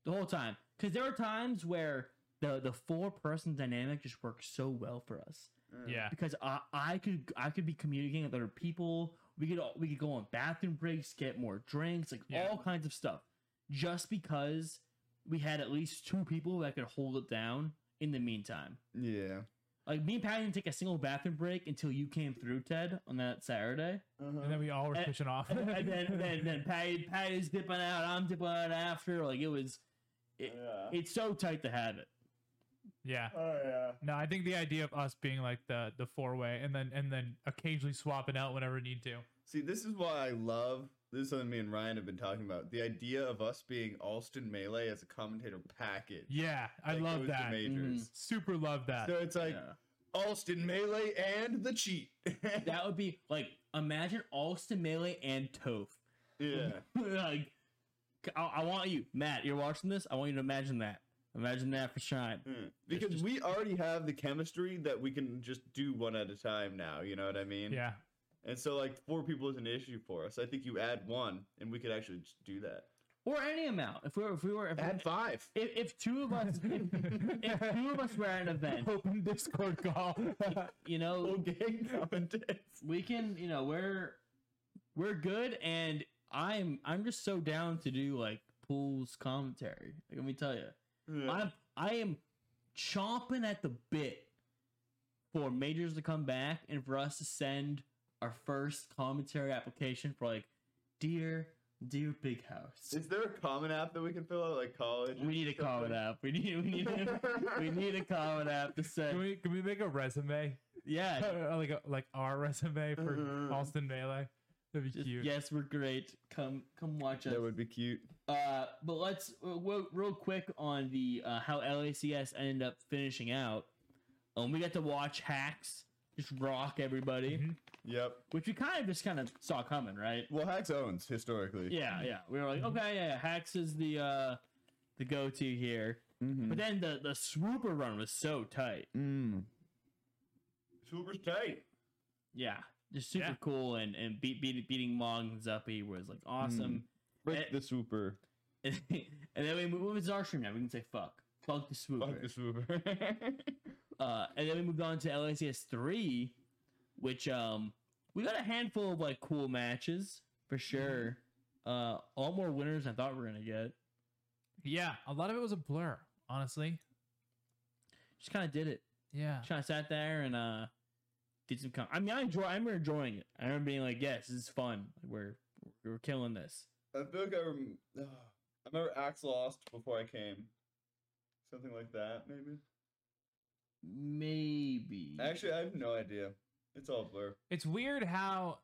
[SPEAKER 1] the whole time, because there were times where the the four person dynamic just worked so well for us
[SPEAKER 4] Mm.
[SPEAKER 2] Yeah,
[SPEAKER 1] because I I could I could be communicating with other people. We could all- we could go on bathroom breaks, get more drinks, like
[SPEAKER 2] Yeah.
[SPEAKER 1] all kinds of stuff, just because we had at least two people that could hold it down in the meantime.
[SPEAKER 4] Yeah.
[SPEAKER 1] Like me and Patty didn't take a single bathroom break until you came through, Ted, on that Saturday.
[SPEAKER 4] Uh-huh.
[SPEAKER 2] and then we all were
[SPEAKER 1] And-
[SPEAKER 2] pushing off.
[SPEAKER 1] and then then then Patty Patty's dipping out, I'm dipping out after. Like it was, it-
[SPEAKER 4] Oh, yeah.
[SPEAKER 1] it's so tight to have it.
[SPEAKER 2] yeah.
[SPEAKER 4] Oh yeah.
[SPEAKER 2] No, I think the idea of us being like the the four way, and then and then occasionally swapping out whenever need to.
[SPEAKER 4] See, this is why I love this is something me and Ryan have been talking about. The idea of us being Alston Melee as a commentator package.
[SPEAKER 2] Yeah, I
[SPEAKER 4] Like,
[SPEAKER 2] love
[SPEAKER 4] goes to
[SPEAKER 2] that.
[SPEAKER 4] Majors.
[SPEAKER 2] Super love that.
[SPEAKER 4] So it's like
[SPEAKER 1] Yeah.
[SPEAKER 4] Alston Melee and the Cheat. yeah.
[SPEAKER 1] That would be like imagine Austin Melee and Toph. like, I, I want you, Matt. You're watching this. I want you to imagine that. Imagine that for Shine.
[SPEAKER 4] Hmm. Because
[SPEAKER 1] just-
[SPEAKER 4] we already have the chemistry that we can just do one at a time now, you know what I mean?
[SPEAKER 2] Yeah.
[SPEAKER 4] And so like four people is an issue for us. I think you add one and we could actually just do that.
[SPEAKER 1] or any amount. If we were, if we were, if,
[SPEAKER 4] Add five.
[SPEAKER 1] if, if two of us, if, if two of us were at an event,
[SPEAKER 2] Open Discord call.
[SPEAKER 1] you
[SPEAKER 4] Oh,
[SPEAKER 1] know,
[SPEAKER 4] gang commentates.
[SPEAKER 1] we can, you know, we're we're good, and I'm I'm just so down to do like pools commentary. Like, let me tell you, I'm I am chomping at the bit for majors to come back and for us to send our first commentary application for like, dear dear big house.
[SPEAKER 4] Is there a common app that we can fill out like college?
[SPEAKER 1] We need a comment app. We need we need a, we need a comment app to
[SPEAKER 2] can
[SPEAKER 1] say
[SPEAKER 2] we can we make a resume?
[SPEAKER 1] yeah.
[SPEAKER 2] Uh, like a, like our resume for
[SPEAKER 4] Uh.
[SPEAKER 2] Austin Melee. That'd be
[SPEAKER 1] Just,
[SPEAKER 2] cute.
[SPEAKER 1] yes, we're great. Come come watch us.
[SPEAKER 4] That would be cute.
[SPEAKER 1] Uh, but let's uh, wo- real quick on the uh, how LACS ended up finishing out. Um, we got to watch hacks just rock everybody,
[SPEAKER 2] Mhm.
[SPEAKER 4] Yep.
[SPEAKER 1] which we kind of just kind of saw coming, right?
[SPEAKER 4] Well, Hacks owns historically.
[SPEAKER 1] Yeah, yeah. We were like,
[SPEAKER 2] Mhm.
[SPEAKER 1] okay, yeah, yeah, hacks is the uh the go to here.
[SPEAKER 4] Mm-hmm.
[SPEAKER 1] But then the the swooper run was so tight.
[SPEAKER 3] Mm.
[SPEAKER 4] Super tight.
[SPEAKER 1] Yeah, just super
[SPEAKER 2] Yeah.
[SPEAKER 1] cool and and beat, beat, beating Mong and Zuppy was like awesome.
[SPEAKER 4] Break
[SPEAKER 1] Eh.
[SPEAKER 4] the super.
[SPEAKER 1] and then we moved with our stream now. We can say fuck, fuck the swooper.
[SPEAKER 4] Fuck the super.
[SPEAKER 1] Uh, and then we moved on to LACS three, which um we got a handful of like cool matches for sure. Uh, all more winners than I thought we were gonna get.
[SPEAKER 2] Yeah, a lot of it was a blur, honestly.
[SPEAKER 1] Just kind of did it.
[SPEAKER 2] Yeah.
[SPEAKER 1] Just kind of sat there and uh did some. Com- I mean, I enjoy. I remember enjoying it. I remember being like, yes, this is fun. We're we're killing this.
[SPEAKER 4] I feel like I, rem- I remember Axe lost before I came. Something like that, maybe.
[SPEAKER 1] Maybe
[SPEAKER 4] Actually, I have no idea. It's all a blur.
[SPEAKER 2] It's weird how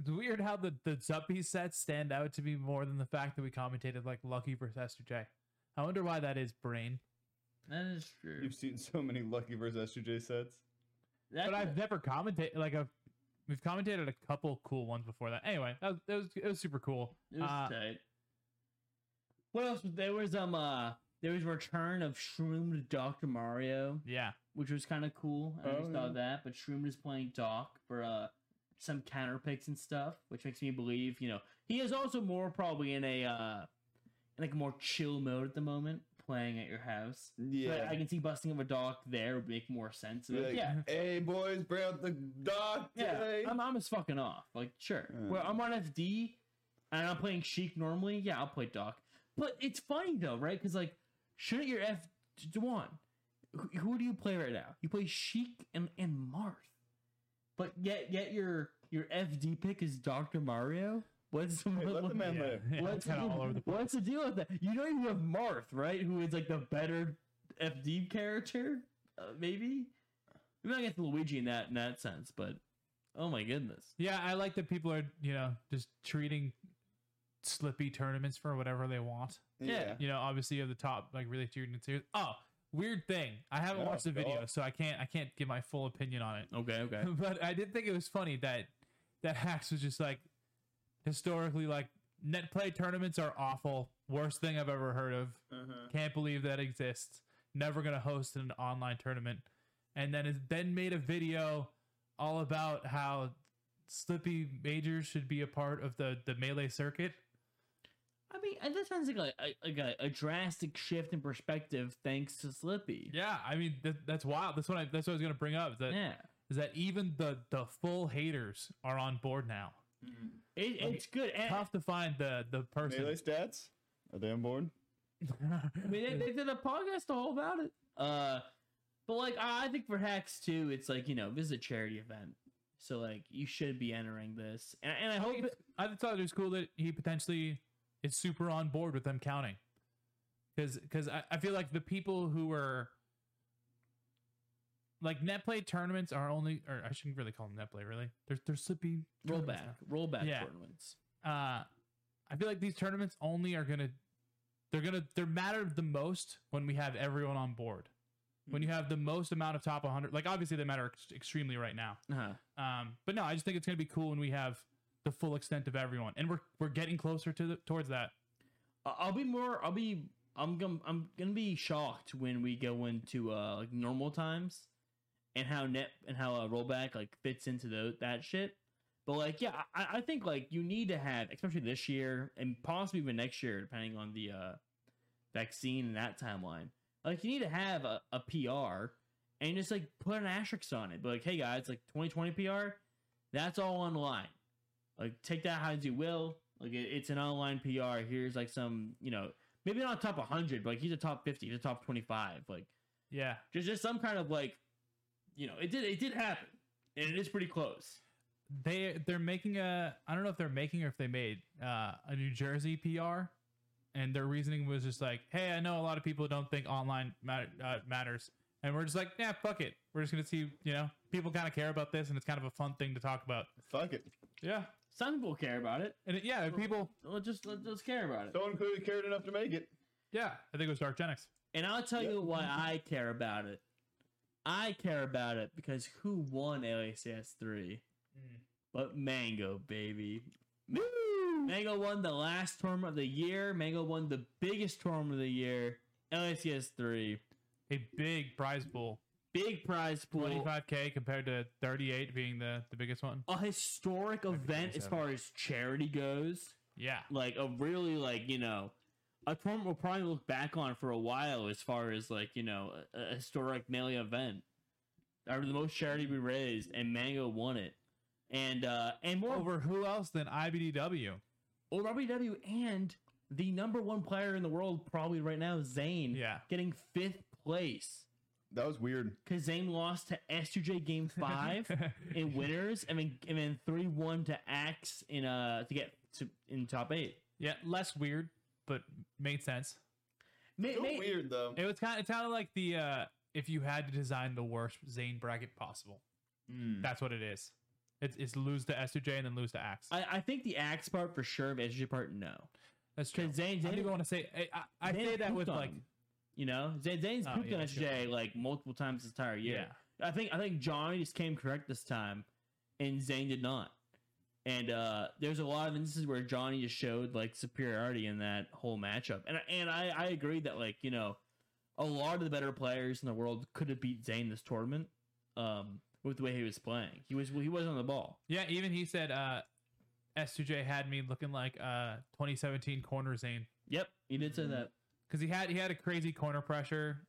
[SPEAKER 2] It's weird how the the Zuppy sets stand out to me more than the fact that we commentated like Lucky versus Esther J. I wonder why that is, brain.
[SPEAKER 1] that is true.
[SPEAKER 4] You've seen so many Lucky versus SJ sets.
[SPEAKER 1] That's
[SPEAKER 2] but
[SPEAKER 1] a-
[SPEAKER 2] I've never commentated like a we've commentated a couple cool ones before that. Anyway, that was it was, it was super cool.
[SPEAKER 1] It was
[SPEAKER 2] Uh,
[SPEAKER 1] tight. What else? was- There was um uh there was return of Shroom to Doctor Mario,
[SPEAKER 2] yeah.
[SPEAKER 1] which was kind of cool. I always
[SPEAKER 4] Oh,
[SPEAKER 1] thought
[SPEAKER 4] yeah.
[SPEAKER 1] that, but Shroom is playing Doc for uh some counter picks and stuff, which makes me believe you know he is also more probably in a uh in like a more chill mode at the moment, playing at your house. But I
[SPEAKER 4] Yeah.
[SPEAKER 1] can see busting of a Doc there would make more sense.
[SPEAKER 4] Be
[SPEAKER 1] Like,
[SPEAKER 4] like,
[SPEAKER 1] yeah.
[SPEAKER 4] Hey, boys, bring out the dog
[SPEAKER 1] Yeah,
[SPEAKER 4] today.
[SPEAKER 1] I'm, I'm just fucking off. Like, sure. Well, I'm on FD and I'm playing Sheik normally. Yeah, I'll play Doc. But it's funny though, right? Because like, shouldn't your F Dwan? Who, who do you play right now? You play Sheik and and Marth. But yet, yet your your FD pick is Doctor Mario. What's
[SPEAKER 4] Hey, let the man
[SPEAKER 2] yeah,
[SPEAKER 4] live.
[SPEAKER 2] yeah,
[SPEAKER 1] what's
[SPEAKER 2] it's kinda all over the place.
[SPEAKER 1] what's the deal with that? You know you have Marth, right? Who is like the better FD character, uh, maybe. We might get to Luigi in that in that sense, but oh my goodness,
[SPEAKER 2] Yeah, I like that people are, you know, just treating slippy tournaments for whatever they want.
[SPEAKER 1] Yeah.
[SPEAKER 2] You know, obviously you have the top like really tiered and serious. Oh, weird thing. I haven't
[SPEAKER 4] Oh,
[SPEAKER 2] watched the video,
[SPEAKER 4] God.
[SPEAKER 2] so I can't I can't give my full opinion on it.
[SPEAKER 1] okay, okay,
[SPEAKER 2] but I did think it was funny that that Hacks was just like historically like net play tournaments are awful. Worst thing I've ever heard of.
[SPEAKER 4] Uh-huh.
[SPEAKER 2] Can't believe that exists. Never gonna host an online tournament. And then it's then made a video all about how Slippy Majors should be a part of the the melee circuit.
[SPEAKER 1] I mean, and that sounds like a, like a, a drastic shift in perspective thanks to Slippy.
[SPEAKER 2] Yeah, I mean that, that's wild. That's what I that's what I was gonna bring up. Is that
[SPEAKER 1] yeah.
[SPEAKER 2] is that even the the full haters are on board now.
[SPEAKER 4] Mhm.
[SPEAKER 1] It,
[SPEAKER 2] Like,
[SPEAKER 1] it's good. And,
[SPEAKER 2] Tough to find the the person.
[SPEAKER 4] Melee stats? Are they on board?
[SPEAKER 1] I mean, they, they did a podcast all about it. Uh, but like, I I think for hacks too, it's like you know, this is a charity event, so like you should be entering this, and, and I hope it,
[SPEAKER 2] I just thought it was cool that he potentially is super on board with them counting. Because I, I feel like the people who were like net play tournaments are only, or I shouldn't really call them net play, really. They're, they're slippy. tournaments
[SPEAKER 1] rollback, rollback
[SPEAKER 2] Yeah.
[SPEAKER 1] tournaments.
[SPEAKER 2] now. Uh, I feel like these tournaments only are going to they're gonna they're matter the most when we have everyone on board. When you have the most amount of top 100, like obviously they matter ex- extremely right now.
[SPEAKER 1] Uh-huh.
[SPEAKER 2] Um, but no, I just think it's gonna be cool when we have the full extent of everyone, and we're we're getting closer to the, towards that.
[SPEAKER 1] I- I'll be more. I'll be. I'm gonna. I'm gonna be shocked when we go into uh like normal times, and how net and how uh, rollback like fits into tho- that shit. But like, yeah, I, I think like you need to have, especially this year and possibly even next year, depending on the uh vaccine and that timeline. Like, you need to have a, a PR and just like put an asterisk on it. But like, hey guys, like 2020 PR, that's all online like take that how you will. Like it, it's an online PR. Here's like some, you know, maybe not top 100, but like he's a top 50, he's a top 25. Like
[SPEAKER 2] Yeah,
[SPEAKER 1] just just some kind of like, you know, it did it did happen, and it is pretty close.
[SPEAKER 2] they they're making a I don't know if they're making or if they made uh, a New Jersey PR, and their reasoning was just like, hey, I know a lot of people don't think online matter, uh, matters, and we're just like, yeah, fuck it, we're just gonna see, you know, people kind of care about this, and it's kind of a fun thing to talk about.
[SPEAKER 4] Fuck it.
[SPEAKER 2] Yeah,
[SPEAKER 1] Some people care about it.
[SPEAKER 2] and it, yeah, if people,
[SPEAKER 1] Let's just let, let's care about it.
[SPEAKER 4] Someone clearly cared enough to make it.
[SPEAKER 2] yeah, I think it was Dark Genics.
[SPEAKER 1] And I'll tell
[SPEAKER 4] Yeah.
[SPEAKER 1] you why I care about it. I care about it because who won LACS three? But Mango, baby. Mango won the last tournament of the year. Mango won the biggest tournament of the year. LACS three.
[SPEAKER 2] A big prize pool,
[SPEAKER 1] Big prize
[SPEAKER 2] twenty
[SPEAKER 1] pool.
[SPEAKER 2] five k compared to thirty eight being the the biggest one.
[SPEAKER 1] A historic event as
[SPEAKER 2] 27.
[SPEAKER 1] far as charity goes.
[SPEAKER 2] Yeah,
[SPEAKER 1] Like a really like, you know, a tournament we'll probably look back on for a while as far as like, you know, a, a historic melee event. Or the most charity we raised and Mango won it. And uh and more
[SPEAKER 2] over who else than IBDW?
[SPEAKER 1] Well, Robbie W. and the number one player in the world probably right now, Zane,
[SPEAKER 2] Yeah,
[SPEAKER 1] getting fifth place
[SPEAKER 4] That was weird.
[SPEAKER 1] because Zane lost to S2J Game Five in winners, and then and then three one to Axe in uh to get to in top eight.
[SPEAKER 2] Yeah, less weird, but made sense.
[SPEAKER 1] May,
[SPEAKER 4] Still
[SPEAKER 1] may-
[SPEAKER 4] weird though.
[SPEAKER 2] It was kind of, it sounded like the uh if you had to design the worst Zane bracket possible.
[SPEAKER 4] Hmm.
[SPEAKER 2] That's what it is. It's it's lose to S2J and then lose to Axe.
[SPEAKER 1] I, I think the Axe part for sure, but S2J part no.
[SPEAKER 2] That's true.
[SPEAKER 1] Because Zane,
[SPEAKER 2] I don't
[SPEAKER 1] Zane,
[SPEAKER 2] even want to say. I, I, I
[SPEAKER 1] Zane
[SPEAKER 2] say that
[SPEAKER 1] pooped
[SPEAKER 2] with
[SPEAKER 1] on
[SPEAKER 2] like
[SPEAKER 1] him, you know, Zane, Zane's
[SPEAKER 2] Oh,
[SPEAKER 1] pooped
[SPEAKER 2] yeah,
[SPEAKER 1] on
[SPEAKER 2] sure.
[SPEAKER 1] S2J like multiple times this entire year.
[SPEAKER 2] yeah.
[SPEAKER 1] I think I think Johnny just came correct this time, and Zane did not. And uh, there's a lot of instances where Johnny just showed like superiority in that whole matchup, and I- and I I agree that like you know, a lot of the better players in the world could have beat Zane this tournament, um, with the way he was playing. He was he was on the ball.
[SPEAKER 2] yeah, Even he said uh S2J had me looking like uh 2017 corner Zane
[SPEAKER 1] Yep, he did
[SPEAKER 2] Mm-hmm.
[SPEAKER 1] say that.
[SPEAKER 2] because he had he had a crazy corner pressure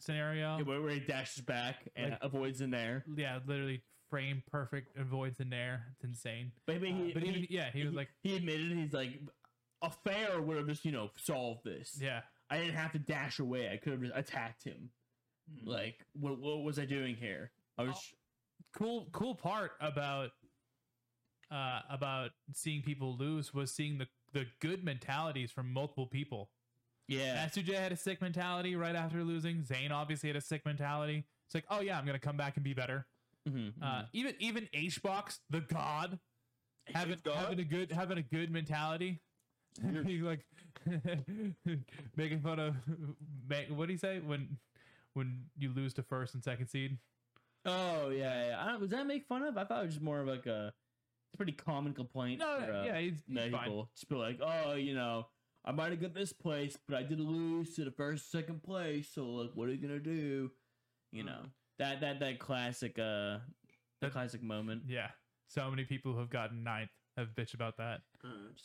[SPEAKER 2] scenario.
[SPEAKER 1] Yeah, where, where he dashes back and
[SPEAKER 2] Like-
[SPEAKER 1] avoids in there,
[SPEAKER 2] yeah, literally frame perfect avoids in there. It's insane.
[SPEAKER 1] but, but, he,
[SPEAKER 2] but
[SPEAKER 1] he-
[SPEAKER 2] even yeah, he was like
[SPEAKER 1] he admitted he's like a fair would have just you know solved this.
[SPEAKER 2] yeah.
[SPEAKER 1] I didn't have to dash away. I could have just attacked him. Like, what what was I doing here? I was
[SPEAKER 2] Oh. cool cool part about uh about seeing people lose was seeing the the good mentalities from multiple people.
[SPEAKER 1] yeah.
[SPEAKER 2] Matsuja had a sick mentality right after losing. Zane obviously had a sick mentality. It's like, oh yeah, I'm gonna come back and be better.
[SPEAKER 1] Mhm,
[SPEAKER 2] Uh,
[SPEAKER 1] mhm.
[SPEAKER 2] even even Hbox, the god,
[SPEAKER 1] Mm-hmm.
[SPEAKER 2] having
[SPEAKER 4] God?
[SPEAKER 2] having a good having a good mentality.
[SPEAKER 4] Weird.
[SPEAKER 2] Being like making fun of what do you say when when you lose to first and second seed?
[SPEAKER 1] oh yeah, yeah. I don't, was that make fun of? I thought it was just more of like a it's a pretty common complaint.
[SPEAKER 2] No,
[SPEAKER 1] for, uh,
[SPEAKER 2] yeah, he's, he's
[SPEAKER 1] many
[SPEAKER 2] fine.
[SPEAKER 1] people just be like, oh, you know, I might have got this place, but I did lose to the first second place. So like, what are you gonna do? You
[SPEAKER 2] Mm.
[SPEAKER 1] know that that that classic uh the
[SPEAKER 2] That-
[SPEAKER 1] classic moment.
[SPEAKER 2] Yeah. So many people who have gotten ninth have bitched about that.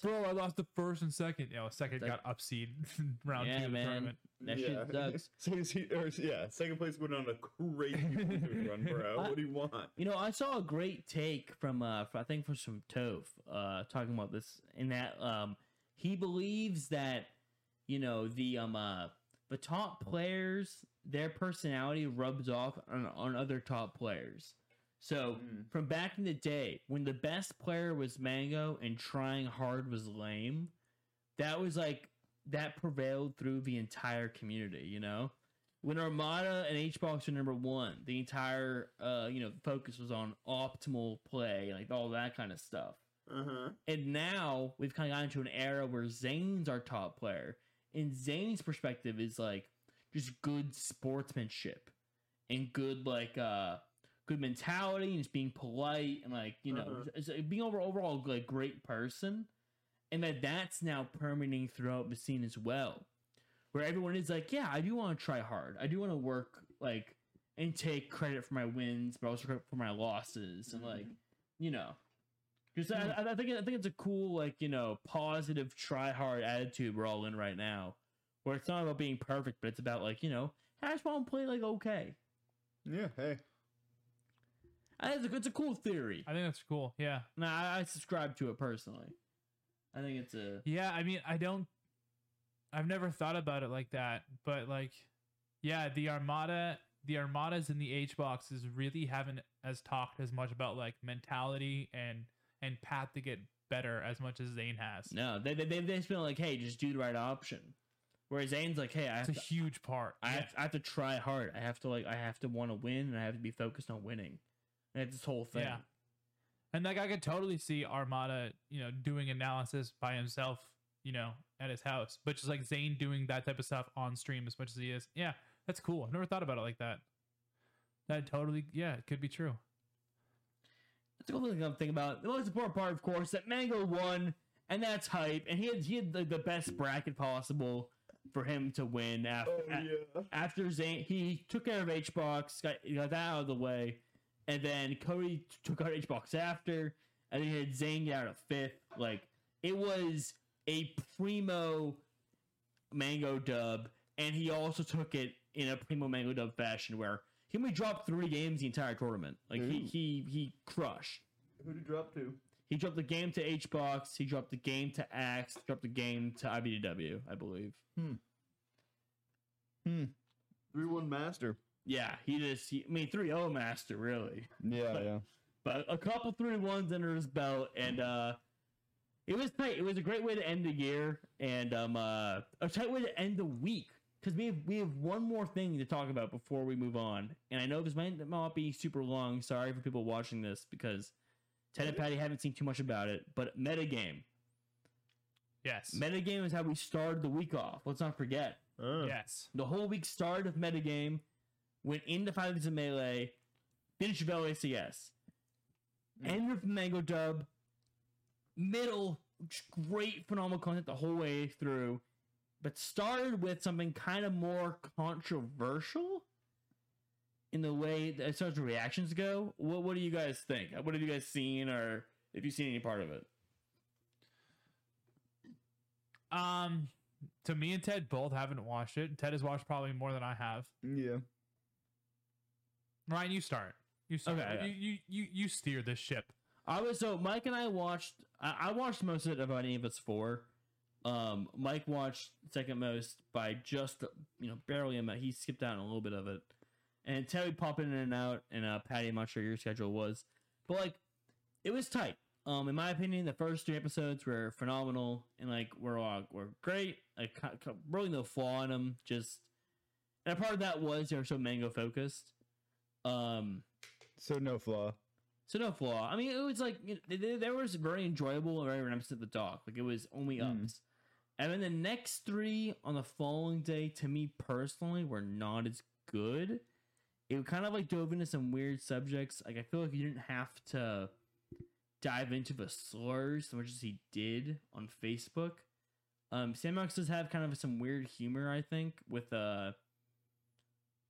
[SPEAKER 2] Bro, I lost the first and second. You know, second
[SPEAKER 1] That-
[SPEAKER 2] got upseed round
[SPEAKER 1] Yeah,
[SPEAKER 2] two of the
[SPEAKER 1] man.
[SPEAKER 2] tournament.
[SPEAKER 1] That shit sucks.
[SPEAKER 4] So is he- or is- yeah, second place went on a crazy run, bro. What do you want?
[SPEAKER 1] You know, I saw a great take from uh, fr- I think from some Tove uh, talking about this in that um, he believes that you know the um uh, the top players their personality rubs off on, on other top players. So
[SPEAKER 4] Mm.
[SPEAKER 1] from back in the day when the best player was Mango and trying hard was lame, that was like that prevailed through the entire community. You know, when Armada and HBox were number one, the entire uh, you know focus was on optimal play, like all that kind of stuff.
[SPEAKER 4] Uh huh.
[SPEAKER 1] And now we've kind of gotten into an era where Zane's our top player, in Zane's perspective is like just good sportsmanship and good like uh good mentality and just being polite and like you know
[SPEAKER 4] Uh-huh.
[SPEAKER 1] it's- it's being over overall like great person and that that's now permeating throughout the scene as well where everyone is like yeah i do want to try hard i do want to work like and take credit for my wins but also credit for my losses and like
[SPEAKER 2] Mm-hmm.
[SPEAKER 1] you know because I, I think I think it's a cool like you know positive try hard attitude we're all in right now, where it's not about being perfect, but it's about like you know I just want to play like okay.
[SPEAKER 4] Yeah, hey.
[SPEAKER 1] I think it's a, it's a cool theory.
[SPEAKER 2] I think that's cool. Yeah.
[SPEAKER 1] Now I, I subscribe to it personally. I think it's a
[SPEAKER 2] Yeah, I mean, I don't. I've never thought about it like that, but like, yeah, the Armada, the Armadas and the H boxes really haven't as talked as much about like mentality and and path to get better as much as Zane has.
[SPEAKER 1] no. They they they they've been like hey just do the right option, whereas Zane's like hey I have
[SPEAKER 2] It's a
[SPEAKER 1] to,
[SPEAKER 2] huge part.
[SPEAKER 1] I,
[SPEAKER 2] Yeah.
[SPEAKER 1] have, I have to try hard. I have to like I have to want to win and I have to be focused on winning. And it's this whole thing.
[SPEAKER 2] Yeah. And like I could totally see Armada, you know, doing analysis by himself, you know, at his house. But just like Zane doing that type of stuff on stream as much as he is. Yeah, that's cool. I've never thought about it like that. That totally yeah, it could be true.
[SPEAKER 1] That's the only thing I'm thinking about. The most important part, of course, that Mango won, and that's hype. And he had he had the, the best bracket possible for him to win after
[SPEAKER 3] Oh yeah.
[SPEAKER 1] after Zane. He took care of H box, got got that out of the way, and then Cody t- took out H box after, and then he had Zane get out of fifth. Like it was a primo Mango dub, and he also took it in a primo Mango dub fashion where. He only dropped three games the entire tournament. Like he,
[SPEAKER 3] Ooh.
[SPEAKER 1] he he crushed.
[SPEAKER 3] Who did you drop to?
[SPEAKER 1] He dropped the game to H box. He dropped the game to Axe. Dropped the game to IBDW, I believe.
[SPEAKER 4] Three one master.
[SPEAKER 1] Yeah, he just. He, I mean, 3-0 master really,
[SPEAKER 3] Yeah, yeah.
[SPEAKER 1] but a couple three ones under his belt, and uh, it was tight. It was a great way to end the year, and um, uh, a tight way to end the week because we have we have one more thing to talk about before we move on. And I know this might not be super long. Sorry for people watching this because Ted and Patty haven't seen too much about it, but metagame.
[SPEAKER 2] Yes.
[SPEAKER 1] Metagame is how we started the week off. Let's not forget.
[SPEAKER 4] Uh,
[SPEAKER 2] yes.
[SPEAKER 1] The whole week started with metagame, went into Five Days of Melee, finished with LACS.
[SPEAKER 3] Mm.
[SPEAKER 1] End with Mango Dub, middle, just great phenomenal content the whole way through, but started with something kind of more controversial in the way that as far as reactions go. What what do you guys think? What have you guys seen or if you've seen any part of it?
[SPEAKER 2] Um to me and Ted both haven't watched it. Ted has watched probably more than I have.
[SPEAKER 3] Yeah.
[SPEAKER 2] Ryan, you start. You start.
[SPEAKER 1] Okay.
[SPEAKER 2] You, you you you steer this ship.
[SPEAKER 1] I was so Mike and I watched. I, I watched most of it about any of us four. Um, Mike watched second most by just you know barely him. He skipped out on a little bit of it, and Terry popping in and out, and uh, Patty, I'm not sure your schedule was, but like it was tight. Um, in my opinion, the first three episodes were phenomenal, and like were all were great. Like ca- ca- really no flaw in them. Just and a part of that was they were so mango focused. Um,
[SPEAKER 3] So no flaw.
[SPEAKER 1] so no flaw. I mean, it was like you know, th- th- there was very enjoyable and very reminiscent of the dock. Like it was only ups.
[SPEAKER 3] Mm.
[SPEAKER 1] And then the next three on the following day, to me personally, were not as good. It kind of like dove into some weird subjects. Like I feel like you didn't have to dive into the slurs so much as he did on Facebook. Um, Samux does have kind of some weird humor, I think, with uh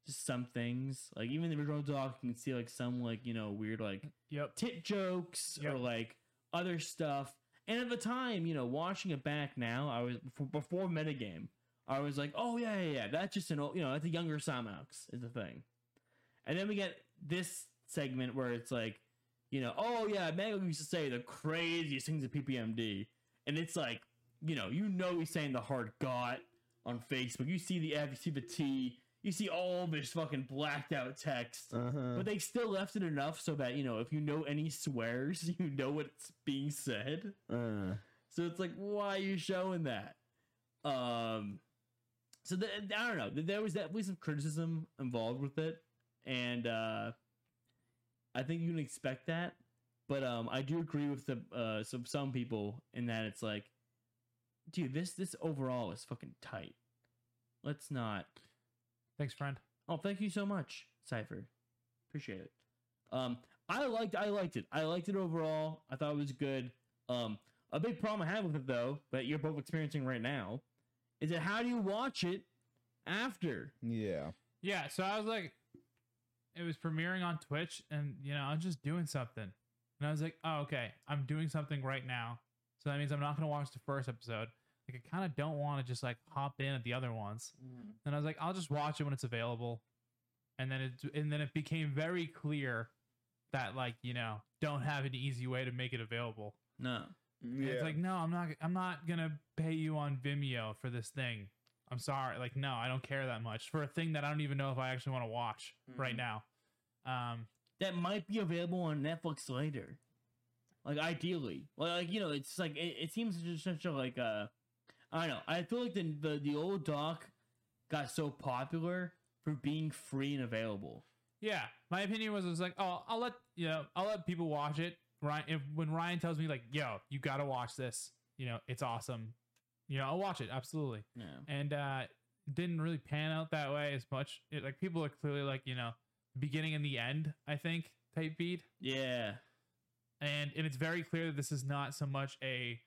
[SPEAKER 1] just some things. Like even the original doc, you can see like some like you know weird like
[SPEAKER 2] Yep.
[SPEAKER 1] tit jokes or
[SPEAKER 2] Yep.
[SPEAKER 1] like other stuff. And at the time, you know, watching it back now, I was before, before metagame, I was like, oh yeah, yeah, yeah, that's just an old, you know, that's a younger Simox is the thing. And then we get this segment where it's like, you know, oh yeah, Mango used to say the craziest things at PPMD, and it's like, you know, you know he's saying the hard got on Facebook. You see the F, you see the T, you see all this fucking blacked out text.
[SPEAKER 3] Uh-huh.
[SPEAKER 1] But they still left it enough so that, you know, if you know any swears, you know what's being said.
[SPEAKER 3] Uh.
[SPEAKER 1] So it's like, why are you showing that? Um, so the, I don't know. Th- There was definitely some criticism involved with it, and uh, I think you can expect that. But um, I do agree with the uh, some some people in that it's like dude, this this overall is fucking tight. Let's not.
[SPEAKER 2] Thanks, friend.
[SPEAKER 1] Oh, thank you so much, Cipher. Appreciate it. Um, I liked I liked it. I liked it overall. I thought it was good. Um, a big problem I have with it though, that you're both experiencing right now, is that how do you watch it after?
[SPEAKER 3] Yeah.
[SPEAKER 2] Yeah, so I was like, it was premiering on Twitch, and you know, I was just doing something, and I was like, oh, okay, I'm doing something right now, so that means I'm not gonna watch the first episode. Like, I kind of don't want to just like hop in at the other ones, and I was like, I'll just watch it when it's available, and then it and then it became very clear that like you know don't have an easy way to make it available.
[SPEAKER 1] No.
[SPEAKER 2] And
[SPEAKER 4] Yeah.
[SPEAKER 2] It's like no, I'm not. I'm not gonna pay you on Vimeo for this thing. I'm sorry. Like no, I don't care that much for a thing that I don't even know if I actually want to watch right
[SPEAKER 4] Mhm.
[SPEAKER 2] now. Um,
[SPEAKER 1] That might be available on Netflix later. Like ideally, well, like you know, it's like it, it seems just such a like uh, I don't know. I feel like the, the the old doc got so popular for being free and available.
[SPEAKER 2] yeah, my opinion was it was like oh, I'll let you know, I'll let people watch it. Ryan, if, when Ryan tells me like yo, you gotta watch this, you know, it's awesome. You know, I'll watch it absolutely.
[SPEAKER 1] Yeah.
[SPEAKER 2] and uh didn't really pan out that way as much. It, like people are clearly like you know beginning and the end. I think type beat,
[SPEAKER 1] Yeah.
[SPEAKER 2] and and it's very clear that this is not so much a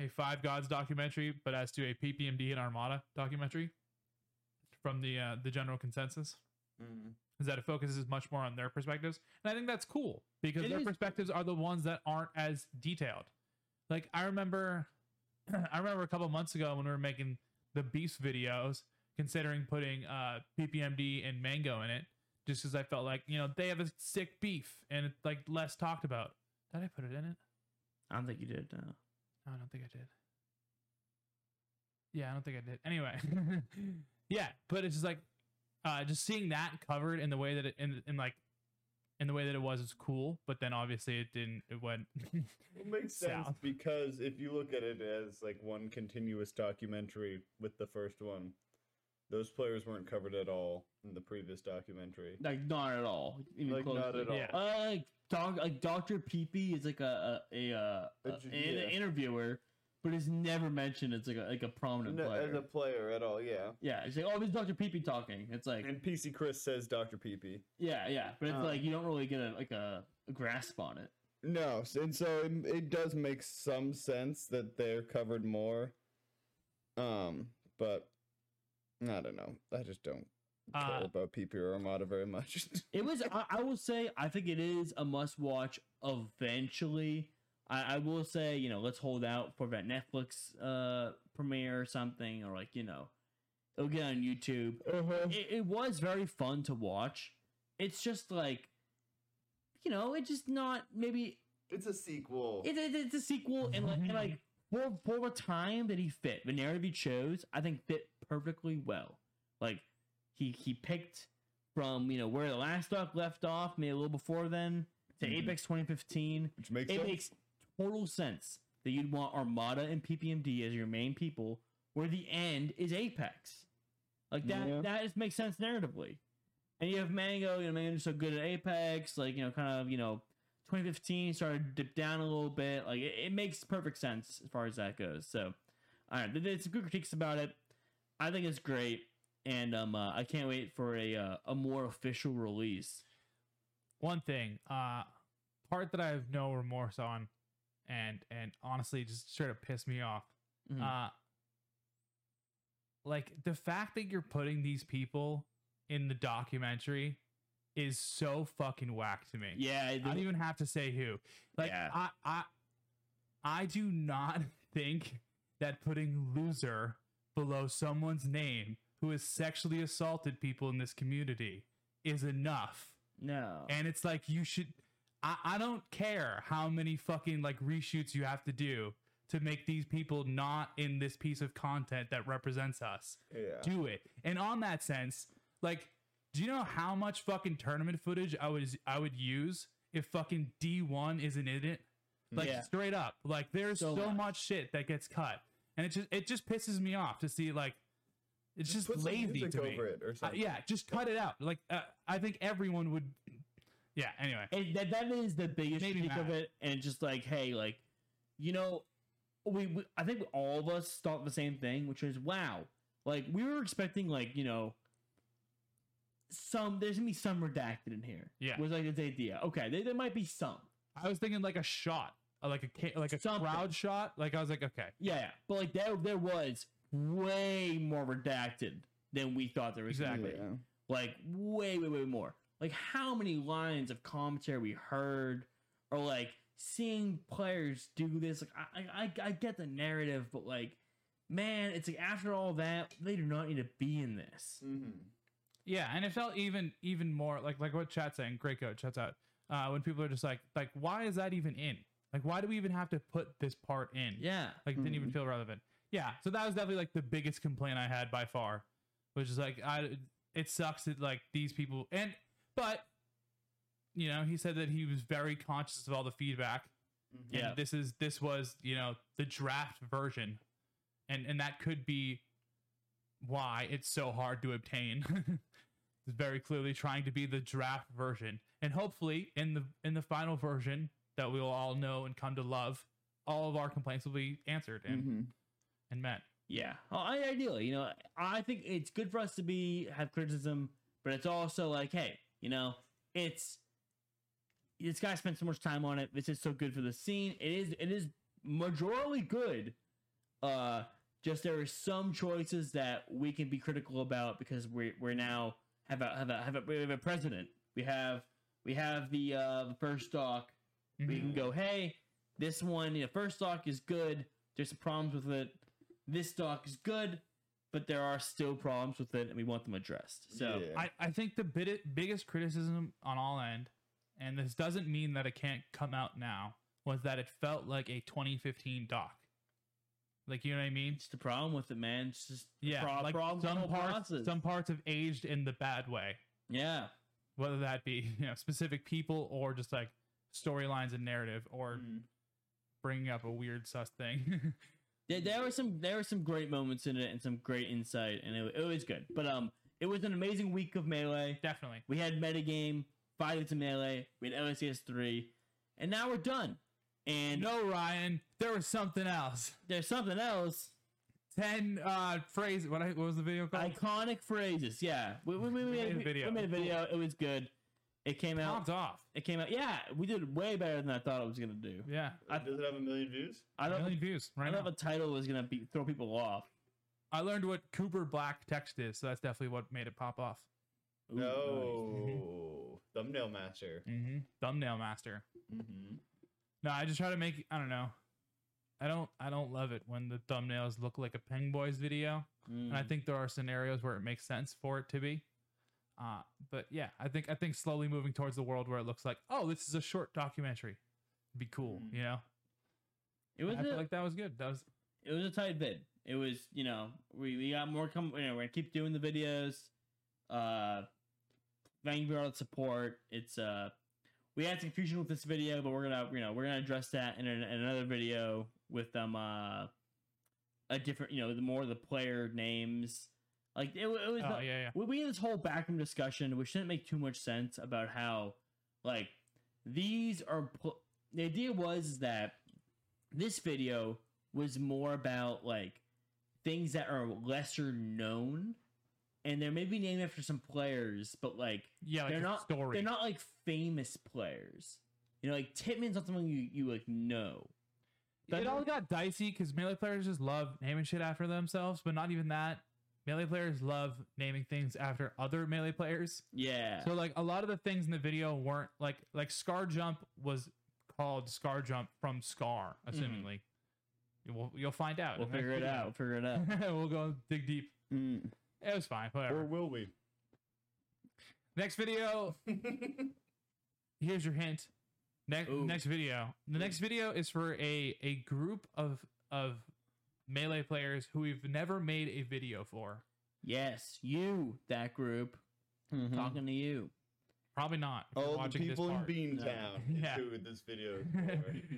[SPEAKER 2] a Five Gods documentary, but as to a PPMD and Armada documentary from the uh, the general consensus
[SPEAKER 4] Mhm.
[SPEAKER 2] is that it focuses much more on their perspectives. And I think that's cool because
[SPEAKER 1] It
[SPEAKER 2] their
[SPEAKER 1] is.
[SPEAKER 2] perspectives are the ones that aren't as detailed. Like I remember I remember a couple months ago when we were making the beast videos, considering putting uh PPMD and Mango in it, just because I felt like, you know, they have a sick beef and it's like less talked about. Did I put it in it?
[SPEAKER 1] I don't think you did. uh, No.
[SPEAKER 2] No, I don't think I did. Yeah, I don't think I did. Anyway, yeah, but it's just like, uh, just seeing that covered in the way that it in, in like, in the way that it was is cool. But then obviously it didn't. It went.
[SPEAKER 4] It makes sense
[SPEAKER 2] South.
[SPEAKER 4] because if you look at it as like one continuous documentary with the first one, those players weren't covered at all in the previous documentary.
[SPEAKER 1] Like not at all. Even
[SPEAKER 4] Like not
[SPEAKER 1] closely.
[SPEAKER 4] at all.
[SPEAKER 2] Yeah.
[SPEAKER 1] Uh, like doc, like Doctor Peepee is like a a, a, uh,
[SPEAKER 4] A
[SPEAKER 1] a-
[SPEAKER 4] ju-
[SPEAKER 1] an
[SPEAKER 4] yeah.
[SPEAKER 1] interviewer, but is never mentioned. It's like a like a prominent
[SPEAKER 4] No,
[SPEAKER 1] player.
[SPEAKER 4] as a player at all, yeah.
[SPEAKER 1] yeah, it's like oh, this is Doctor Peepee talking. It's like
[SPEAKER 4] And PC Chris says Dr. PP.
[SPEAKER 1] yeah, yeah, but it's
[SPEAKER 4] Uh.
[SPEAKER 1] like you don't really get a like a, a grasp on it.
[SPEAKER 4] No, s- and so it, it does make some sense that they're covered more. Um, but I don't know. I just don't
[SPEAKER 2] Uh,
[SPEAKER 4] care about PP or Armada very much.
[SPEAKER 1] It was. I, I will say. I think it is a must watch eventually. I, I will say. You know, let's hold out for that Netflix uh premiere or something, or like you know, it'll get on YouTube.
[SPEAKER 4] uh-huh.
[SPEAKER 1] it, it was very fun to watch. It's just like, you know, it's just not maybe
[SPEAKER 4] It's a sequel.
[SPEAKER 1] it, it- it's a sequel and like, and like for for the time that he fit the narrative he chose, I think fit perfectly well. Like he he picked from you know where the last doc left off, maybe a little before then to
[SPEAKER 4] Mhm.
[SPEAKER 1] Apex 2015.
[SPEAKER 4] Which makes
[SPEAKER 1] It
[SPEAKER 4] sense.
[SPEAKER 1] makes total sense that you'd want Armada and PPMD as your main people, where the end is Apex. Like that,
[SPEAKER 4] Yeah.
[SPEAKER 1] that just makes sense narratively. And you have Mango, you know, Mango's so good at Apex, like, you know, kind of, you know, 2015 started to dip down a little bit. Like, it, it makes perfect sense as far as that goes. So, all right, there's some good critiques about it. I think it's great. And um, uh, I can't wait for a uh, a more official release.
[SPEAKER 2] one thing, uh, part that I have no remorse on, and and honestly just straight up pissed me off.
[SPEAKER 1] Mhm.
[SPEAKER 2] Uh, like the fact that you're putting these people in the documentary is so fucking whack to me.
[SPEAKER 1] Yeah,
[SPEAKER 2] I
[SPEAKER 1] the-
[SPEAKER 2] don't even have to say who. Like
[SPEAKER 1] Yeah.
[SPEAKER 2] I, I, I do not think that putting loser below someone's name who has sexually assaulted people in this community is enough.
[SPEAKER 1] no.
[SPEAKER 2] And it's like you should. I, I don't care how many fucking like reshoots you have to do to make these people not in this piece of content that represents us
[SPEAKER 4] yeah.
[SPEAKER 2] do it. And on that sense, like, do you know how much fucking tournament footage I was I would use if fucking D one isn't in it? Like
[SPEAKER 1] Yeah.
[SPEAKER 2] straight up, like there's so,
[SPEAKER 1] So
[SPEAKER 2] much.
[SPEAKER 1] much.
[SPEAKER 2] shit that gets cut, and it just it just pisses me off to see like it's just,
[SPEAKER 4] Put some
[SPEAKER 2] lazy
[SPEAKER 4] music
[SPEAKER 2] to me.
[SPEAKER 4] over it or
[SPEAKER 2] Uh,
[SPEAKER 4] something.
[SPEAKER 2] yeah, just cut it out. Like uh, I think everyone would. Yeah. Anyway.
[SPEAKER 1] And that that is the biggest
[SPEAKER 2] Maybe
[SPEAKER 1] critique of
[SPEAKER 2] not.
[SPEAKER 1] it, and just like, hey, like, you know, we, we I think all of us thought the same thing, which is wow. Like we were expecting like, you know, some there's gonna be some redacted in here.
[SPEAKER 2] Yeah.
[SPEAKER 1] Was like this idea. Okay, there, there might be some.
[SPEAKER 2] I was thinking like a shot, uh, like a ca- like a
[SPEAKER 1] Something.
[SPEAKER 2] crowd shot. Like I was like, okay,
[SPEAKER 1] Yeah, yeah. But like there there was way more redacted than we thought there was gonna
[SPEAKER 2] Exactly.
[SPEAKER 1] be.
[SPEAKER 4] Yeah.
[SPEAKER 1] like way way way more like how many lines of commentary we heard or like seeing players do this like I, I I- i get the narrative but like man it's like after all that they do not need to be in this
[SPEAKER 4] Mm.
[SPEAKER 2] yeah. And it felt even even more like like what chat's saying. Great coach, chat's out. Uh, when people are just like like, why is that even in? Like, why do we even have to put this part in?
[SPEAKER 1] yeah
[SPEAKER 2] Like, it didn't
[SPEAKER 4] Mhm.
[SPEAKER 2] even feel relevant. Yeah. So that was definitely like the biggest complaint I had by far, which is like, I it sucks that like these people and but, you know, he said that he was very conscious of all the feedback. And
[SPEAKER 1] Yeah.
[SPEAKER 2] this is this was you know the draft version, and and that could be why it's so hard to obtain. it's very clearly trying to be the draft version, and hopefully in the in the final version that we will all know and come to love, all of our complaints will be answered
[SPEAKER 1] Mm-hmm.
[SPEAKER 2] and
[SPEAKER 4] Mm-hmm.
[SPEAKER 2] and met.
[SPEAKER 1] yeah Oh, i ideally you know i think it's good for us to be have criticism but it's also like hey you know it's this guy spent so much time on it this is so good for the scene it is it is majorly good uh just there are some choices that we can be critical about because we're we're now have a have a have a, we have a president we have we have the uh the first doc we
[SPEAKER 2] Mm-hmm.
[SPEAKER 1] can go hey this one you know first doc is good there's some problems with it this doc is good but there are still problems with it and we want them addressed so
[SPEAKER 4] Yeah.
[SPEAKER 2] I, I think the bit, biggest criticism on all end, and this doesn't mean that it can't come out now, was that it felt like a 2015 doc. Like you know what I mean?
[SPEAKER 1] It's the problem with it, man. It's just the
[SPEAKER 2] Yeah,
[SPEAKER 1] pro-
[SPEAKER 2] like
[SPEAKER 1] problem with the
[SPEAKER 2] some
[SPEAKER 1] whole
[SPEAKER 2] parts,
[SPEAKER 1] process.
[SPEAKER 2] some parts have aged in the bad way,
[SPEAKER 1] yeah,
[SPEAKER 2] whether that be you know specific people or just like storylines and narrative or
[SPEAKER 1] Mm. Mm-hmm.
[SPEAKER 2] bringing up a weird sus thing.
[SPEAKER 1] there, there were some there were some great moments in it and some great insight, and it, it was good. But um, it was an amazing week of melee.
[SPEAKER 2] Definitely.
[SPEAKER 1] We had metagame, five minutes of melee. We had LCS three, and now we're done. And
[SPEAKER 2] No, Ryan, there was something else.
[SPEAKER 1] there's something else.
[SPEAKER 2] Ten uh phrase. What, I, what was the video called?
[SPEAKER 1] Iconic phrases. Yeah, we, we, we,
[SPEAKER 2] We
[SPEAKER 1] made,
[SPEAKER 2] made a
[SPEAKER 1] we-
[SPEAKER 2] video.
[SPEAKER 1] We made a video. It was good. It came out.
[SPEAKER 2] Popped off.
[SPEAKER 1] It came out. Yeah, we did way better than I thought it was gonna do.
[SPEAKER 2] Yeah,
[SPEAKER 1] I-
[SPEAKER 4] Uh, Does it have a million views?
[SPEAKER 1] I don't.
[SPEAKER 2] million
[SPEAKER 1] think
[SPEAKER 2] views.
[SPEAKER 1] I
[SPEAKER 2] Right now.
[SPEAKER 1] thought the title was gonna be throw people off.
[SPEAKER 2] I learned what Cooper Black text is, so that's definitely what made it pop off.
[SPEAKER 1] Ooh,
[SPEAKER 4] no. Thumbnail master.
[SPEAKER 2] Mm-hmm. Thumbnail master.
[SPEAKER 4] Mm-hmm.
[SPEAKER 2] No, I just try to make. I don't know. I don't. I don't love it when the thumbnails look like a Peng Boys video,
[SPEAKER 1] nice. Mm.
[SPEAKER 2] and I think there are scenarios where it makes sense for it to be. Uh, but yeah, I think I think slowly moving towards the world where it looks like, oh, this is a short documentary. Be cool,
[SPEAKER 4] Mhm.
[SPEAKER 2] you know.
[SPEAKER 1] Mm. it was
[SPEAKER 2] I feel
[SPEAKER 1] a-
[SPEAKER 2] like that was good. That was
[SPEAKER 1] it was a tight vid. It was, you know, we, we got more com- you know, we're gonna keep doing the videos. Uh thank you for all the support. It's uh we had some confusion with this video, but we're gonna you know, we're gonna address that in, an, in another video with um uh a different you know, the more the player names. Like it, wa- it was
[SPEAKER 2] oh yeah yeah
[SPEAKER 1] we, we had this whole backroom discussion, which didn't make too much sense about how, like, these are. Pl- the idea was that this video was more about, like, things that are lesser known. And they're maybe named after some players, but, like,
[SPEAKER 2] yeah. Like
[SPEAKER 1] they're
[SPEAKER 2] a
[SPEAKER 1] not-
[SPEAKER 2] story.
[SPEAKER 1] they're not, like, famous players. You know, like, Titman's not someone you, you like, know.
[SPEAKER 2] it all got dicey because melee players just love naming shit after themselves, but not even that. Melee players love naming things after other melee players.
[SPEAKER 1] Yeah.
[SPEAKER 2] So like a lot of the things in the video weren't like like Scar Jump was called Scar Jump from Scar, assumingly. You'll, you'll find
[SPEAKER 1] Mm-hmm.
[SPEAKER 2] out.
[SPEAKER 1] we'll
[SPEAKER 2] in the
[SPEAKER 1] figure it
[SPEAKER 2] next
[SPEAKER 1] out. We'll figure it out.
[SPEAKER 2] video. we'll go dig deep.
[SPEAKER 4] Mm-hmm.
[SPEAKER 2] It was fine. Whatever.
[SPEAKER 4] Or will we?
[SPEAKER 2] next video. here's your hint. Next
[SPEAKER 1] Ooh.
[SPEAKER 2] next video. The next video is for a a group of of melee players who we've never made a video for.
[SPEAKER 1] Yes, you, that group.
[SPEAKER 4] Mm-hmm.
[SPEAKER 1] Talking to you.
[SPEAKER 2] Probably not. if you're
[SPEAKER 4] All the
[SPEAKER 2] watching this
[SPEAKER 4] people in
[SPEAKER 2] part.
[SPEAKER 4] Beantown
[SPEAKER 2] Yeah.
[SPEAKER 4] who this video.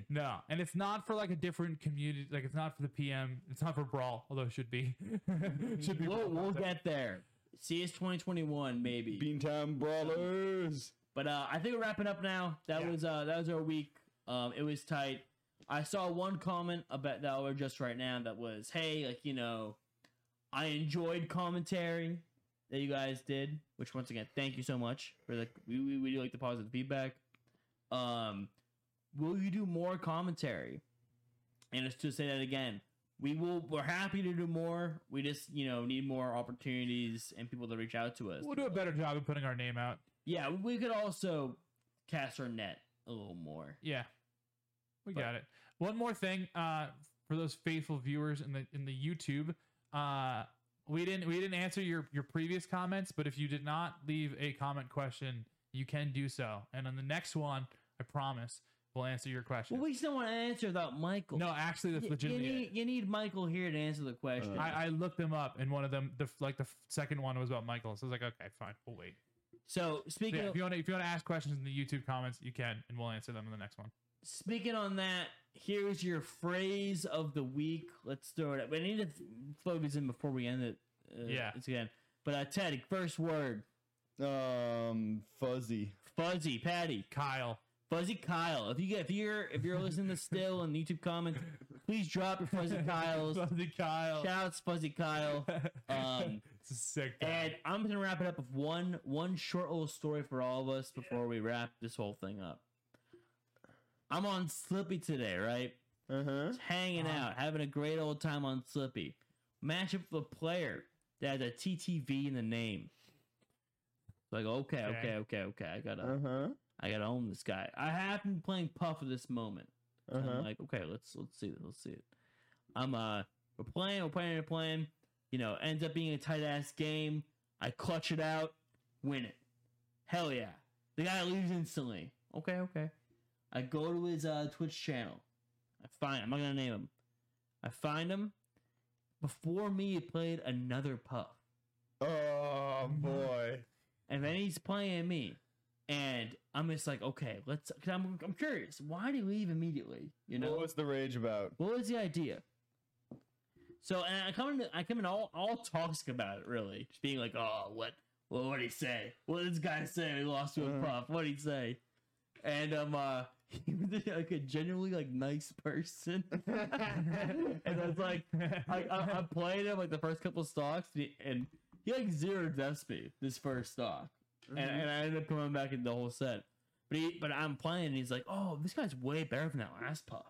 [SPEAKER 2] no, and it's not for like a different community. Like it's not for the PM. It's not for Brawl, although it should be. should be.
[SPEAKER 1] We'll,
[SPEAKER 2] Brawl
[SPEAKER 1] we'll get
[SPEAKER 2] content.
[SPEAKER 1] there. See, it's 2021, maybe.
[SPEAKER 4] Beantown Brawlers.
[SPEAKER 1] But uh, I think we're wrapping up now. That
[SPEAKER 2] Yeah.
[SPEAKER 1] was uh, that was our week. Um, it was tight. I saw one comment about that were just right now that was, "Hey, like you know, I enjoyed commentary that you guys did." Which once again, thank you so much for the we we, we do like the positive feedback. Um, will you do more commentary? And it's to say that again, we will. We're happy to do more. We just you know need more opportunities and people to reach out to us.
[SPEAKER 2] We'll do a better job of putting our name out.
[SPEAKER 1] Yeah, we could also cast our net a little more.
[SPEAKER 2] Yeah, we
[SPEAKER 1] But-
[SPEAKER 2] got it. One more thing uh, for those faithful viewers in the in the YouTube, uh, we didn't we didn't answer your your previous comments, but if you did not leave a comment question, you can do so. And on the next one, I promise we'll answer your question.
[SPEAKER 1] Well, we just don't want to answer without Michael.
[SPEAKER 2] no, actually, that's
[SPEAKER 1] Y- you,
[SPEAKER 2] legitimately. it. Uh,
[SPEAKER 1] need, you need Michael here to answer the question.
[SPEAKER 2] I, I looked them up, and one of them, the f- like the f- second one, was about Michael. So I was like, okay, fine, we'll wait.
[SPEAKER 1] so
[SPEAKER 2] So
[SPEAKER 1] speaking
[SPEAKER 2] yeah,
[SPEAKER 1] of,
[SPEAKER 2] if you want to, if you want to ask questions in the YouTube comments, you can, and we'll answer them in the next one.
[SPEAKER 1] speaking on that, here's your phrase of the week. Let's throw it. Up. We need to throw these in before we end it. Uh,
[SPEAKER 2] Yeah.
[SPEAKER 1] it's again. But uh, Ted, first word,
[SPEAKER 4] Um, fuzzy.
[SPEAKER 1] fuzzy Patty,
[SPEAKER 2] Kyle,
[SPEAKER 1] fuzzy Kyle. If you get if you're if you're listening to still and YouTube comments, please drop your fuzzy Kyles.
[SPEAKER 2] fuzzy Kyle.
[SPEAKER 1] Shouts fuzzy Kyle. Um,
[SPEAKER 2] it's a sick. guy.
[SPEAKER 1] And I'm gonna wrap it up with one one short little story for all of us before we wrap this whole thing up. I'm on Slippy today, right?
[SPEAKER 4] Uh huh.
[SPEAKER 1] Just hanging
[SPEAKER 2] Uh-huh.
[SPEAKER 1] out, having a great old time on Slippy. Match up with a player that has a TTV in the name. Like, okay,
[SPEAKER 2] Okay. Uh-huh.
[SPEAKER 1] okay, okay, okay. I gotta
[SPEAKER 4] Uh huh.
[SPEAKER 1] I gotta own this guy. I have been playing Puff at this moment.
[SPEAKER 4] Uh huh.
[SPEAKER 1] I'm like, okay, let's let's see it, let's see it. I'm uh, we're playing, we're playing, we're playing. You know, ends up being a tight ass game. I clutch it out, win it. Hell yeah! The guy leaves instantly. Okay, okay. I go to his uh, Twitch channel. I find. I'm not gonna name him. I find him. Before me, he played another puff,
[SPEAKER 4] Oh boy.
[SPEAKER 1] and then he's playing me, and I'm just like, okay, let's. Cause I'm I'm curious. Why did he leave immediately? You know,
[SPEAKER 4] What was the rage about?
[SPEAKER 1] What was the idea? So and I come in, I come in all all toxic about it, really, just being like, oh, what, well, what did he say? What did this guy say? We lost to a
[SPEAKER 4] Uh-huh.
[SPEAKER 1] puff. What did he say? And um, uh, he was like a genuinely like nice person, and I was like, uh, I, I, I played him like the first couple stocks, and he, and he like zeroed Vespy this first stock, and,
[SPEAKER 4] Mm-hmm.
[SPEAKER 1] and I ended up coming back in the whole set. But he, but I'm playing, and he's like, "Oh, this guy's way better than that last puff."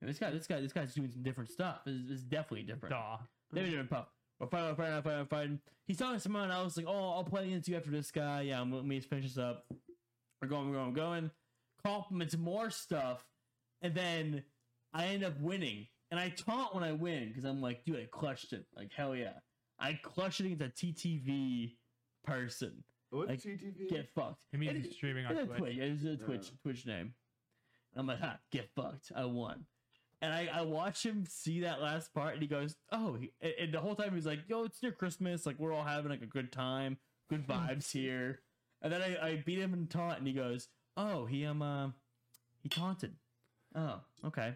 [SPEAKER 1] And this guy, this guy, this guy's doing some different stuff. This this is definitely different.
[SPEAKER 2] Daw.
[SPEAKER 1] Maybe different puff. We're fighting, we're fighting, we're fighting, we're fighting. He's talking to someone else, like, "Oh, I'll play against you after this guy." Yeah, I'm, let me just finish this up. We're going, we're going, we're going. Compliments more stuff, and then I end up winning. And I taunt when I win because I'm like, dude, I clutched it. Like, hell yeah, I clutched it against a TTV person.
[SPEAKER 4] What's
[SPEAKER 1] Like,
[SPEAKER 4] GTV?
[SPEAKER 1] Get fucked.
[SPEAKER 2] He means
[SPEAKER 1] And
[SPEAKER 2] he's streaming on
[SPEAKER 1] it's a
[SPEAKER 2] Twitch.
[SPEAKER 1] Twitch. It's a Twitch
[SPEAKER 4] Yeah.
[SPEAKER 1] Twitch name. And I'm like, ha, get fucked. I won. And I, I watch him see that last part, and he goes, "Oh!" He, and, and the whole time he's like, "Yo, it's near Christmas. Like we're all having like a good time, good vibes here." And then I, I beat him in taunt, and he goes, "Oh, he um uh, he taunted." Oh, okay,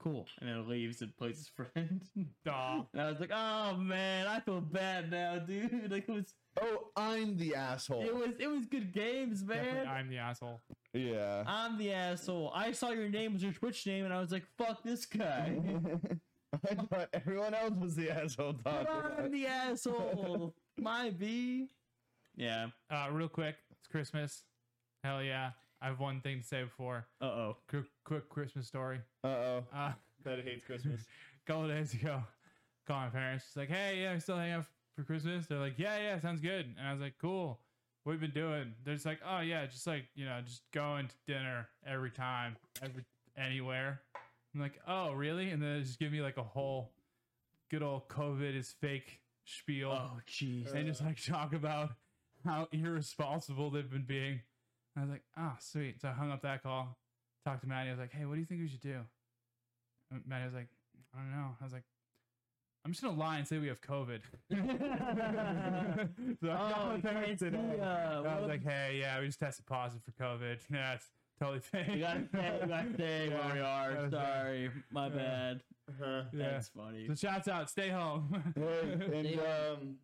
[SPEAKER 1] cool. And then leaves and plays his friend.
[SPEAKER 2] Daw.
[SPEAKER 1] and I was like, "Oh man, I feel bad now, dude. Like it was
[SPEAKER 4] Oh, I'm the asshole.
[SPEAKER 1] it was it was good games,
[SPEAKER 2] Definitely
[SPEAKER 1] man."
[SPEAKER 2] I'm the asshole.
[SPEAKER 4] yeah.
[SPEAKER 1] I'm the asshole. I saw your name was your Twitch name, and I was like, "Fuck this guy."
[SPEAKER 4] I thought everyone else was the asshole.
[SPEAKER 1] But
[SPEAKER 4] Todd.
[SPEAKER 1] I'm the asshole. My B. Yeah.
[SPEAKER 2] Uh, real quick, it's Christmas. Hell yeah! I have one thing to say before.
[SPEAKER 1] Uh oh.
[SPEAKER 2] Quick, quick Christmas story.
[SPEAKER 4] Uh oh.
[SPEAKER 2] Uh,
[SPEAKER 4] That hates Christmas.
[SPEAKER 2] couple days ago, called my parents. She's like, "Hey, yeah, we still hang out for Christmas." They're like, "Yeah, yeah, sounds good." And I was like, "Cool, what have you been doing?" They're just like, "Oh yeah, just like you know, just going to dinner every time, every anywhere." I'm like, "Oh really?" And then they just give me like a whole good old COVID is fake spiel
[SPEAKER 1] Oh jeez.
[SPEAKER 2] and just like talk about how irresponsible they've been being. And I was like, ah, sweet. So I hung up that call, talked to Maddie. I was like, hey, what do you think we should do? And Maddie was like, I don't know. I was like, I'm just gonna lie and say we have COVID. so I called
[SPEAKER 1] Oh,
[SPEAKER 2] my
[SPEAKER 1] you can't
[SPEAKER 2] parents
[SPEAKER 1] see,
[SPEAKER 2] today.
[SPEAKER 1] uh,
[SPEAKER 2] And I
[SPEAKER 1] what-
[SPEAKER 2] was like, hey, yeah, we just tested positive for COVID. Yeah, it's totally fake.
[SPEAKER 1] We gotta stay, we gotta stay where we
[SPEAKER 2] that
[SPEAKER 1] are.
[SPEAKER 2] was
[SPEAKER 1] Sorry, my
[SPEAKER 2] Yeah.
[SPEAKER 1] bad.
[SPEAKER 4] Huh.
[SPEAKER 2] Yeah.
[SPEAKER 1] That's funny.
[SPEAKER 2] So shouts out, stay home.
[SPEAKER 4] Hey, and
[SPEAKER 1] Yeah.
[SPEAKER 4] um,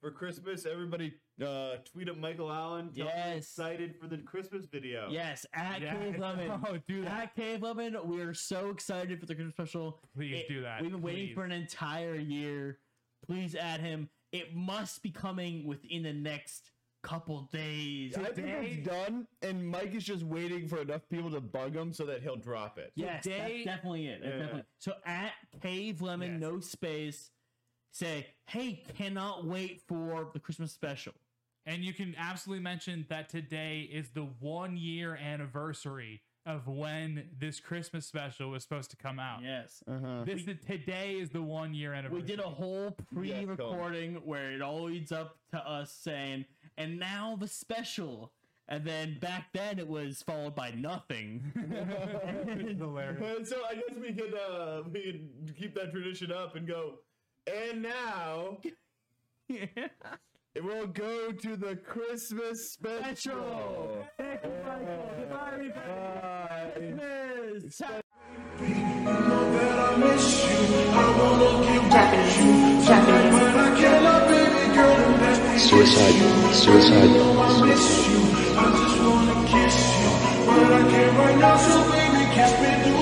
[SPEAKER 4] for Christmas, everybody Uh, tweet at Michael Allen. Tell him I'm
[SPEAKER 1] Yes.
[SPEAKER 4] excited for the Christmas video.
[SPEAKER 1] Yes, at Cave Lemon.
[SPEAKER 2] Oh, do that.
[SPEAKER 1] At Cave Lemon, we are so excited for the Christmas special.
[SPEAKER 2] Please
[SPEAKER 1] It-
[SPEAKER 2] do that.
[SPEAKER 1] We've been waiting
[SPEAKER 2] please.
[SPEAKER 1] for an entire year. Please add him. It must be coming within the next couple days.
[SPEAKER 4] I think
[SPEAKER 2] Today-
[SPEAKER 4] it's done, and Mike is just waiting for enough people to bug him so that he'll drop it.
[SPEAKER 1] Yes,
[SPEAKER 2] Today-
[SPEAKER 1] that's definitely it. That's
[SPEAKER 4] Yeah.
[SPEAKER 1] definitely So at Cave Lemon,
[SPEAKER 2] Yes.
[SPEAKER 1] no space. Say, hey, cannot wait for the Christmas special.
[SPEAKER 2] And you can absolutely mention that today is the one year anniversary of when this Christmas special was supposed to come out.
[SPEAKER 1] Yes.
[SPEAKER 4] Uh-huh.
[SPEAKER 2] This is, today is the one year
[SPEAKER 1] We
[SPEAKER 2] anniversary.
[SPEAKER 1] did a whole
[SPEAKER 4] Yeah, tell 'em.
[SPEAKER 1] pre-recording where it all leads up to us saying, and now the special. And then back then it was followed by nothing.
[SPEAKER 2] It's hilarious.
[SPEAKER 4] And so I guess we could uh, we could keep that tradition up and go. And now we'll go to the Christmas special.
[SPEAKER 1] Thank you, Michael. Goodbye, everybody. Christmas. Happy
[SPEAKER 5] Suicide. Suicide. Suicide.
[SPEAKER 6] I can't right now, so baby, kiss me, do